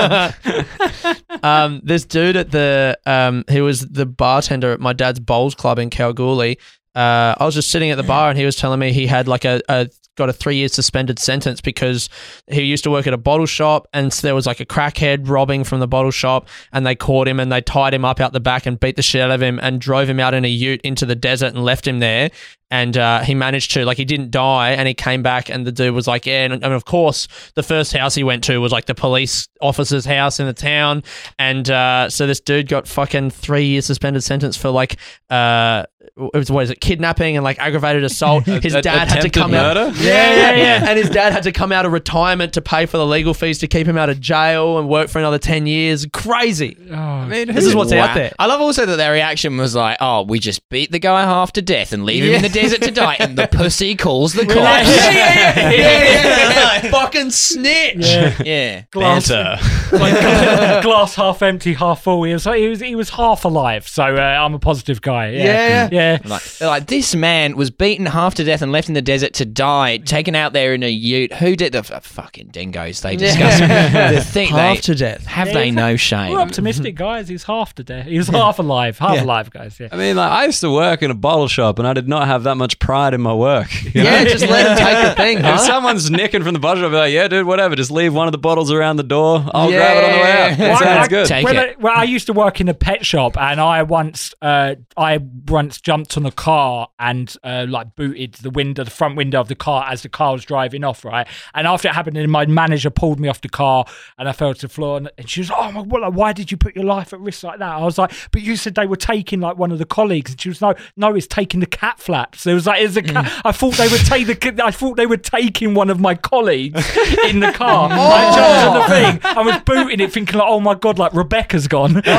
A: um, this dude at the um, who was the bartender at my dad's bowls club in Kalgoorlie. Uh, I was just sitting at the bar and he was telling me he had like a, a got a three year suspended sentence because he used to work at a bottle shop and so there was like a crackhead robbing from the bottle shop and they caught him and they tied him up out the back and beat the shit out of him and drove him out in a ute into the desert and left him there and uh, he managed to like he didn't die and he came back and the dude was like yeah and, and of course the first house he went to was like the police officer's house in the town and uh, so this dude got fucking three year suspended sentence for like uh it was what is it kidnapping and like aggravated assault his
B: A-
A: dad had to
B: attempted
A: come
B: murder?
A: out yeah yeah yeah and his dad had to come out of retirement to pay for the legal fees to keep him out of jail and work for another 10 years crazy
D: Oh,
A: this is what's
C: Wow.
A: out there
C: I love also that their reaction was like, "Oh, we just beat the guy half to death and leave him in the desert to die, and the pussy calls the cops.
D: Yeah,
A: yeah, yeah, yeah. Fucking snitch.
D: Yeah.
C: yeah.
D: Glass, like, glass half empty, half full. He was, he was, he was half alive. So uh, I'm a positive guy.
A: Yeah.
D: Yeah. Yeah.
C: I'm Like, they're like, this man was beaten half to death and left in the desert to die, taken out there in a ute. Who did the f- fucking dingoes? They discuss the thing. They,
A: Half to death.
C: have
D: Yeah,
C: they
D: it's
C: no shame?
D: We're optimistic guys. He's half to death. He was half alive. Half alive, guys. Yeah.
B: I mean, like I used to work in a bottle shop, and I did not have that much pride in my work. you know?
A: Yeah, just let him take the thing,
B: If
A: huh?
B: someone's nicking from the bottle, I'll be like, yeah, dude, whatever. Just leave one of the bottles around the door. I'll grab it on the way out.
C: Yeah.
B: That
C: Why-
B: sounds
C: I-
B: good.
C: Take
D: when
C: it.
D: I, well, I used to work in a pet shop, and I once, uh, I once jumped on a car and uh, like booted the window, the front window of the car as the car was driving off, right. And after it happened, my manager pulled me off the car, and I fell to the floor. And, and she was, "Oh my, well, like, why did you put your life at risk like that?" I was like, "But you said they were taking like one of the colleagues," and she was, "No, no, it's taking the cat flaps." It was like, "Is the cat?"
B: Mm.
D: I thought they were taking, the, I thought they were taking one of my colleagues in the car. I jumped on the
B: Oh.
D: thing I was booting it, thinking like, "Oh my god, like Rebecca's gone." and it was,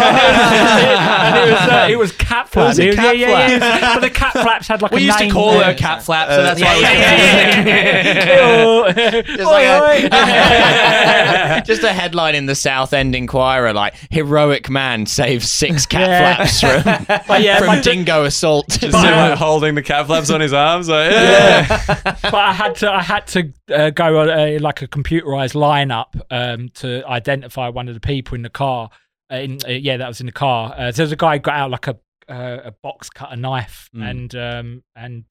D: uh, it was cat flaps.
A: a
D: It was-
A: cat
D: yeah, yeah, yeah. But the cat flaps had like a
A: We used to
D: name
A: call
D: on
A: her
D: it.
A: cat flap, so that's why.
C: yeah,
A: we-
C: yeah, yeah,
D: Ew.
C: Just like
D: Oi, oi.
C: a, just a headline in the South End Inquirer, like heroic man saves six cat
D: Yeah.
C: flaps from,
D: But yeah,
C: from
D: my-
C: dingo assault.
B: Just him, like, holding the cat flaps on his arms, like yeah.
D: but I had to I had to uh, go on a, like a computerized lineup um, to identify one of the people in the car. Uh, in, uh, yeah, that was in the car. Uh, so there was a guy who got out like a uh, a box cutter knife
B: Mm.
D: and um, and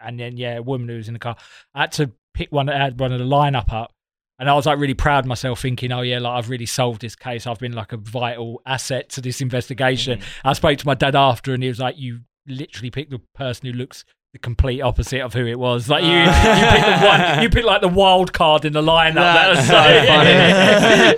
D: and then yeah, a woman who was in the car. I had to pick one that had one of the lineup up. And I was like really proud of myself, thinking, "Oh yeah, like I've really solved this case. I've been like a vital asset to this investigation." I spoke to my dad after, and he was like, "You literally picked the person who looks the complete opposite of who it was. Like you, you picked the one, you picked like the wild card in the lineup. Ah. That was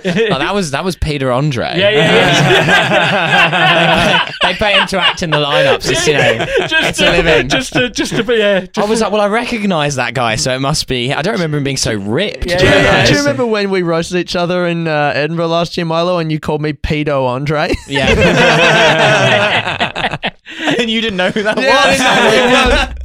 D: so funny.
C: Oh, that was that was Peter Andre.
D: Yeah, yeah,
C: they pay him to act in the lineups. It's, you know,
D: just,
C: it's
D: to,
C: a living.
D: just to, just to be, yeah. Just
C: I was like, well, I recognise that guy, so it must be. I don't remember him being so ripped.
D: Yeah,
A: Do you,
D: yeah, yeah.
A: do you remember when we roasted each other in uh, Edinburgh last year, Milo, and you called me pedo Andre?
C: and you didn't know who that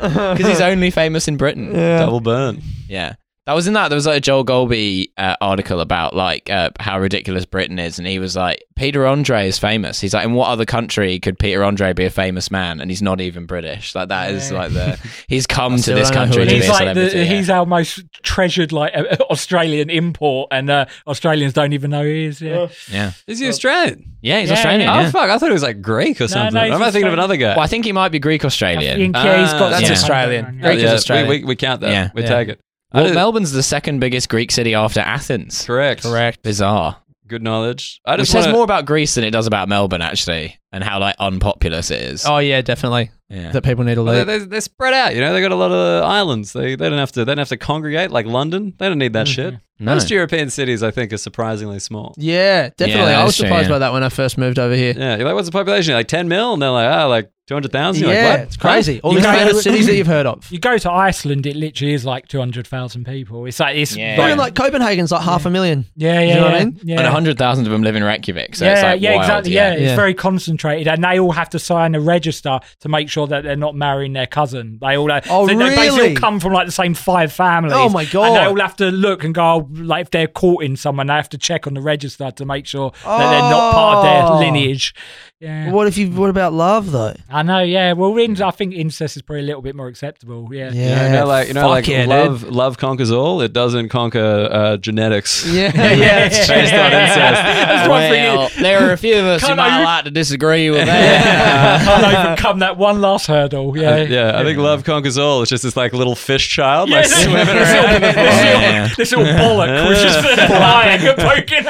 C: was because he's only famous in Britain. Yeah.
B: double burn.
C: that was in that. There was like a Joel Golby uh, article about like uh, how ridiculous Britain is, and he was like, Peter Andre is famous. He's like, in what other country could Peter Andre be a famous man? And he's not even British. Like that is
D: Yeah.
C: like the he's come to
A: still
C: this
A: don't know who
C: country
A: it
C: to be
A: is.
C: a
D: He's like
C: celebrity.
D: the,
C: yeah.
D: he's our most treasured like uh, Australian import, and uh, Australians don't even know who he is.
A: Oh.
D: Yeah.
C: yeah,
B: Is he Australian?
C: yeah, he's
D: Yeah,
C: Australian.
D: yeah.
B: Oh
C: yeah.
B: fuck! I thought he was like Greek or something.
D: no, he's
B: I'm not thinking of another guy.
C: Well, I think he might be Greek Australian.
B: Ah,
D: yeah, he's got
A: that's
D: some
A: Australian.
D: background,
B: Oh,
C: Greek is
B: yeah,
C: Australian.
B: We, we, we count that.
C: Yeah.
B: We
A: Yeah.
B: take it. I
C: Well,
B: did-
C: Melbourne's the second biggest Greek city after Athens.
B: correct.
C: Bizarre.
B: Good knowledge. I
C: Which
B: just
C: says
B: wanna-
C: more about Greece than it does about Melbourne, actually, and how like unpopulous it is.
A: Oh yeah, definitely.
C: yeah.
A: That people need to
B: Well, they-
A: leave.
B: they- they're, spread out. You know, they got a lot of islands. They they don't have to they don't have to congregate like London. They don't need that
A: Mm-hmm.
B: shit.
C: No.
B: Most European cities, I think, are surprisingly small.
A: Yeah, definitely.
C: that
A: I was
C: is true,
A: surprised
C: yeah.
A: by that when I first moved over here.
B: Yeah, you're like, what's the population? Like 10 mil? And they're like, ah, like 200,000? You're
A: yeah,
B: like, what?
A: it's crazy. All
D: You
A: these
D: know-
A: famous cities that you've heard of.
D: You go to Iceland, it literally is like two hundred thousand people. It's like it's
C: Yeah.
A: Even
D: like,
A: like Copenhagen's like half a million.
D: yeah, yeah,
A: you know
D: yeah,
A: what I mean?
D: yeah.
C: And 100,000 of them live in Reykjavik. So
D: yeah,
C: it's like
D: yeah,
C: wild,
D: exactly. Yeah, it's
A: Yeah.
D: very concentrated, and they all have to sign a register to make sure that they're not marrying their cousin. They all,
A: Oh,
D: they, they basically
A: really?
D: all come from like the same five families.
A: Oh, my God.
D: And they all have to look and go oh, like if they're courting someone, they have to check on the register to make sure that they're not part
A: Oh.
D: of their lineage. Yeah,
A: What if you? What about love though?
D: I know. Yeah, well, in, I think incest is probably a little bit more acceptable. Yeah,
B: You know, like, you know,
A: fuck
B: like
A: yeah, dude.
B: love, love conquers all. It doesn't conquer uh, genetics.
A: Yeah, yeah, it's true.
B: Based on incest.
D: That's one thing.
C: Well, there are a few of us who
D: Can't
C: might
D: I-
C: like to disagree with that.
D: Can't overcome that one last hurdle. Yeah,
B: Uh, Yeah, I think love conquers all. It's just this like little fish child,
D: Yeah,
B: like
D: this-
B: swimming
D: this
B: around.
D: little-
C: in the
D: this little-
C: water.
D: This little bollock was just flying and poking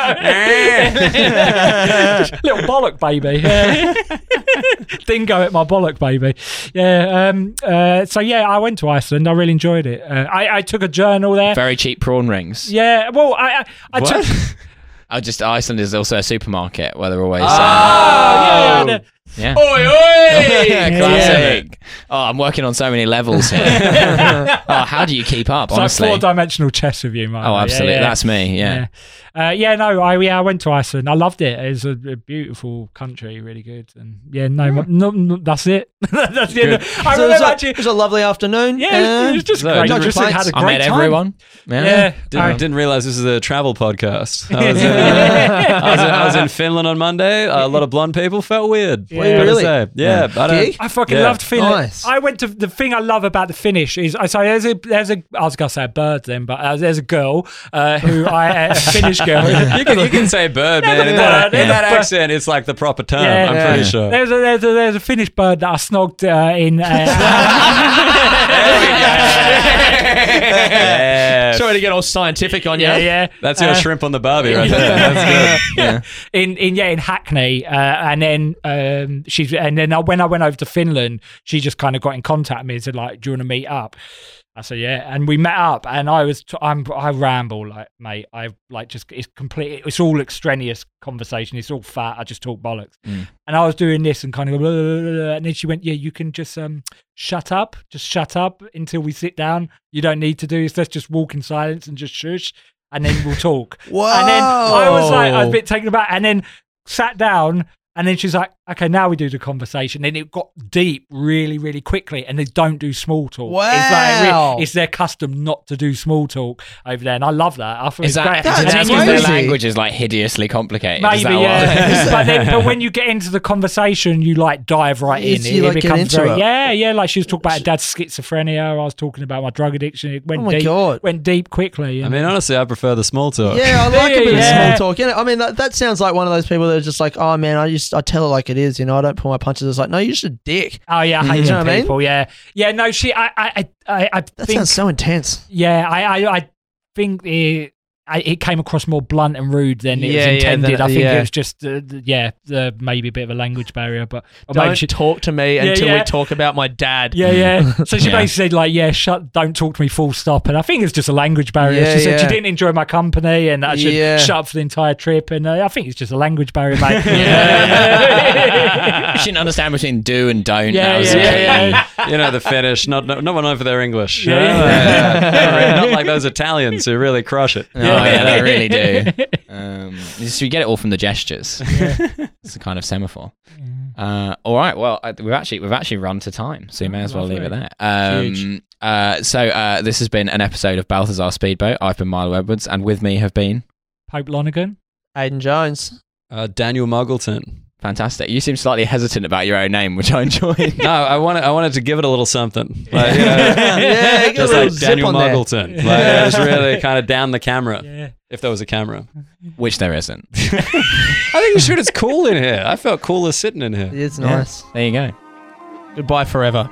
D: out. Just little bollock baby. Yeah. Dingo at my bollock baby. Yeah. Um, uh, so yeah, I went to Iceland. I really enjoyed it. Uh, I, I took a journal there.
C: Very cheap prawn rings.
D: yeah. Well, I I, I took.
B: What?
C: I just Iceland is also a supermarket where they're always.
D: Oh, yeah, yeah,
C: um, yeah.
B: Oi, oi!
C: Yeah, classic. Oh, I'm working on so many levels here. oh, how do you keep up,
D: It's like
C: honestly?
D: four dimensional chess with you, Mike.
C: Oh, absolutely. That's me. Yeah.
D: Uh, yeah, no, I yeah, I went to Iceland. I loved it. It's a, a beautiful country, really good. And yeah, no, no, no that's it. that's the end. Of, I
A: So it, was
D: remember
A: a,
D: actually.
A: it was a lovely afternoon.
D: Yeah, it was- it was just
B: So,
D: great.
B: did
D: I
A: you
D: just had
A: replace-
D: a great
C: I met
D: time.
C: everyone. Yeah.
D: Yeah,
B: Didn't,
D: I-
B: didn't realize this is a travel podcast. I was, uh, I was, in, I was in Finland on Monday. A lot of blonde people felt weird.
D: Yeah.
B: What can I
A: Really?
B: say? Yeah, I don't.
A: Gig?
D: I fucking
B: Yeah.
D: loved Finland.
A: Nice.
D: I went to the thing I love about the Finnish is I say there's a there's a I was gonna say a bird then, but uh, there's a girl uh, who I a Finnish girl.
B: You can, you can say bird, man. In that,
D: bird,
B: in that
D: yeah.
B: accent, it's like the proper term.
D: Yeah,
B: I'm
D: yeah.
B: pretty sure.
D: There's a, there's a there's a Finnish bird that I snogged uh, in. Uh,
B: Yeah.
A: Sorry to get all scientific on you.
D: yeah, yeah.
B: That's your
D: Uh,
B: shrimp on the barbie right there. That's good.
D: in in yeah in Hackney, uh, and then um, she's and then I, when I went over to Finland, she just kind of got in contact with me and said like, "Do you want to meet up?" I said yeah, and we met up, and I was t- I'm I ramble like mate, I like just it's complete, it's all extraneous conversation, it's all fat, I just talk bollocks,
B: Mm.
D: and I was doing this and kind of blah, blah, blah, blah, blah, and then she went, yeah, you can just um shut up, just shut up until we sit down, you don't need to do this, let's just walk in silence and just shush, and then we'll talk. And then I was like, I was a bit taken aback, and then sat down, and then she's like, okay, now we do the conversation. And it got deep really, really quickly, and they don't do small talk. It's, like,
A: Wow.
D: re- it's their custom not to do small talk over there, and I love that. I thought
C: Is
D: it's
C: that,
D: great.
C: is
A: That's
C: that
A: amazing.
C: because their
A: crazy.
C: language is like hideously complicated? Is
D: Maybe,
C: that
D: yeah.
C: why?
D: but, then, but when you get into the conversation, you like dive right
A: Yes,
D: in.
A: you,
D: It,
A: like, get
D: becomes
A: into
D: very,
A: it.
D: yeah, yeah. Like she was talking about her dad's schizophrenia. I was talking about my drug addiction. It went
A: Oh my
D: deep,
A: God.
D: went deep quickly.
B: I
D: and-
B: mean, honestly, I prefer the small talk.
A: Yeah, I like a bit
D: Yeah.
A: of small talk. You know, I mean, that, that sounds like one of those people that are just like, oh man, I just I tell it like it is. You know, I don't pull my punches. It's like, no, you're just a dick.
D: Oh yeah, I hate
A: You know
D: them
A: what I mean?
D: people. Yeah, yeah. No, she. I. I. I. I
A: That
D: think.
A: sounds so intense.
D: yeah, I. I. I think it. I, it came across more blunt and rude than it
A: Yeah, yeah,
D: was intended.
A: than-
D: I think
A: yeah.
D: it was just, uh, th- yeah, uh, maybe a bit of a language barrier, but or maybe
A: Don't
D: she,
A: talk to me
D: Yeah,
A: until
D: yeah.
A: we talk about my dad.
D: yeah, yeah. So she
C: Yeah.
D: basically said, like, yeah, shut, don't talk to me, full stop. And I think it's just a language barrier.
A: Yeah,
D: she said
A: yeah.
D: she didn't enjoy my company and I should
A: Yeah.
D: shut up for the entire trip. And uh, I think it's just a language barrier, mate.
C: she didn't understand between do and don't.
D: Yeah,
C: That was
D: yeah,
C: a key.
D: yeah, yeah.
B: You know, the Finnish, not, not, not one over their English. you
D: Yeah,
B: know?
D: yeah.
B: Yeah, yeah. Not like those Italians who really crush it. Oh,
C: No, Oh, yeah, they really do. Um, so you get it all from the gestures. it's a kind of semaphore. Uh, all right. Well, I, we've actually we've actually run to time, so you may as well leave it there. Um, uh, so uh, this has been an episode of Balthazar Speedboat. I've been Milo Edwards, and with me have been
D: Pope Lonergan.
A: Aiden Jones.
B: Uh, Daniel Muggleton.
C: fantastic. You seem slightly hesitant about your own name, which I enjoy.
B: No, I wanted, I wanted to give it a little something. Like, you know,
A: yeah, get a
B: just
A: little
B: like
A: zip
B: Daniel
A: on there.
B: Muggleton. Like, yeah, just really kind of down the camera,
D: Yeah.
B: if there was a camera.
C: which there isn't.
B: I think you should. It's cool in here. I felt cooler sitting in here.
A: It's nice.
C: There you go.
A: Goodbye forever.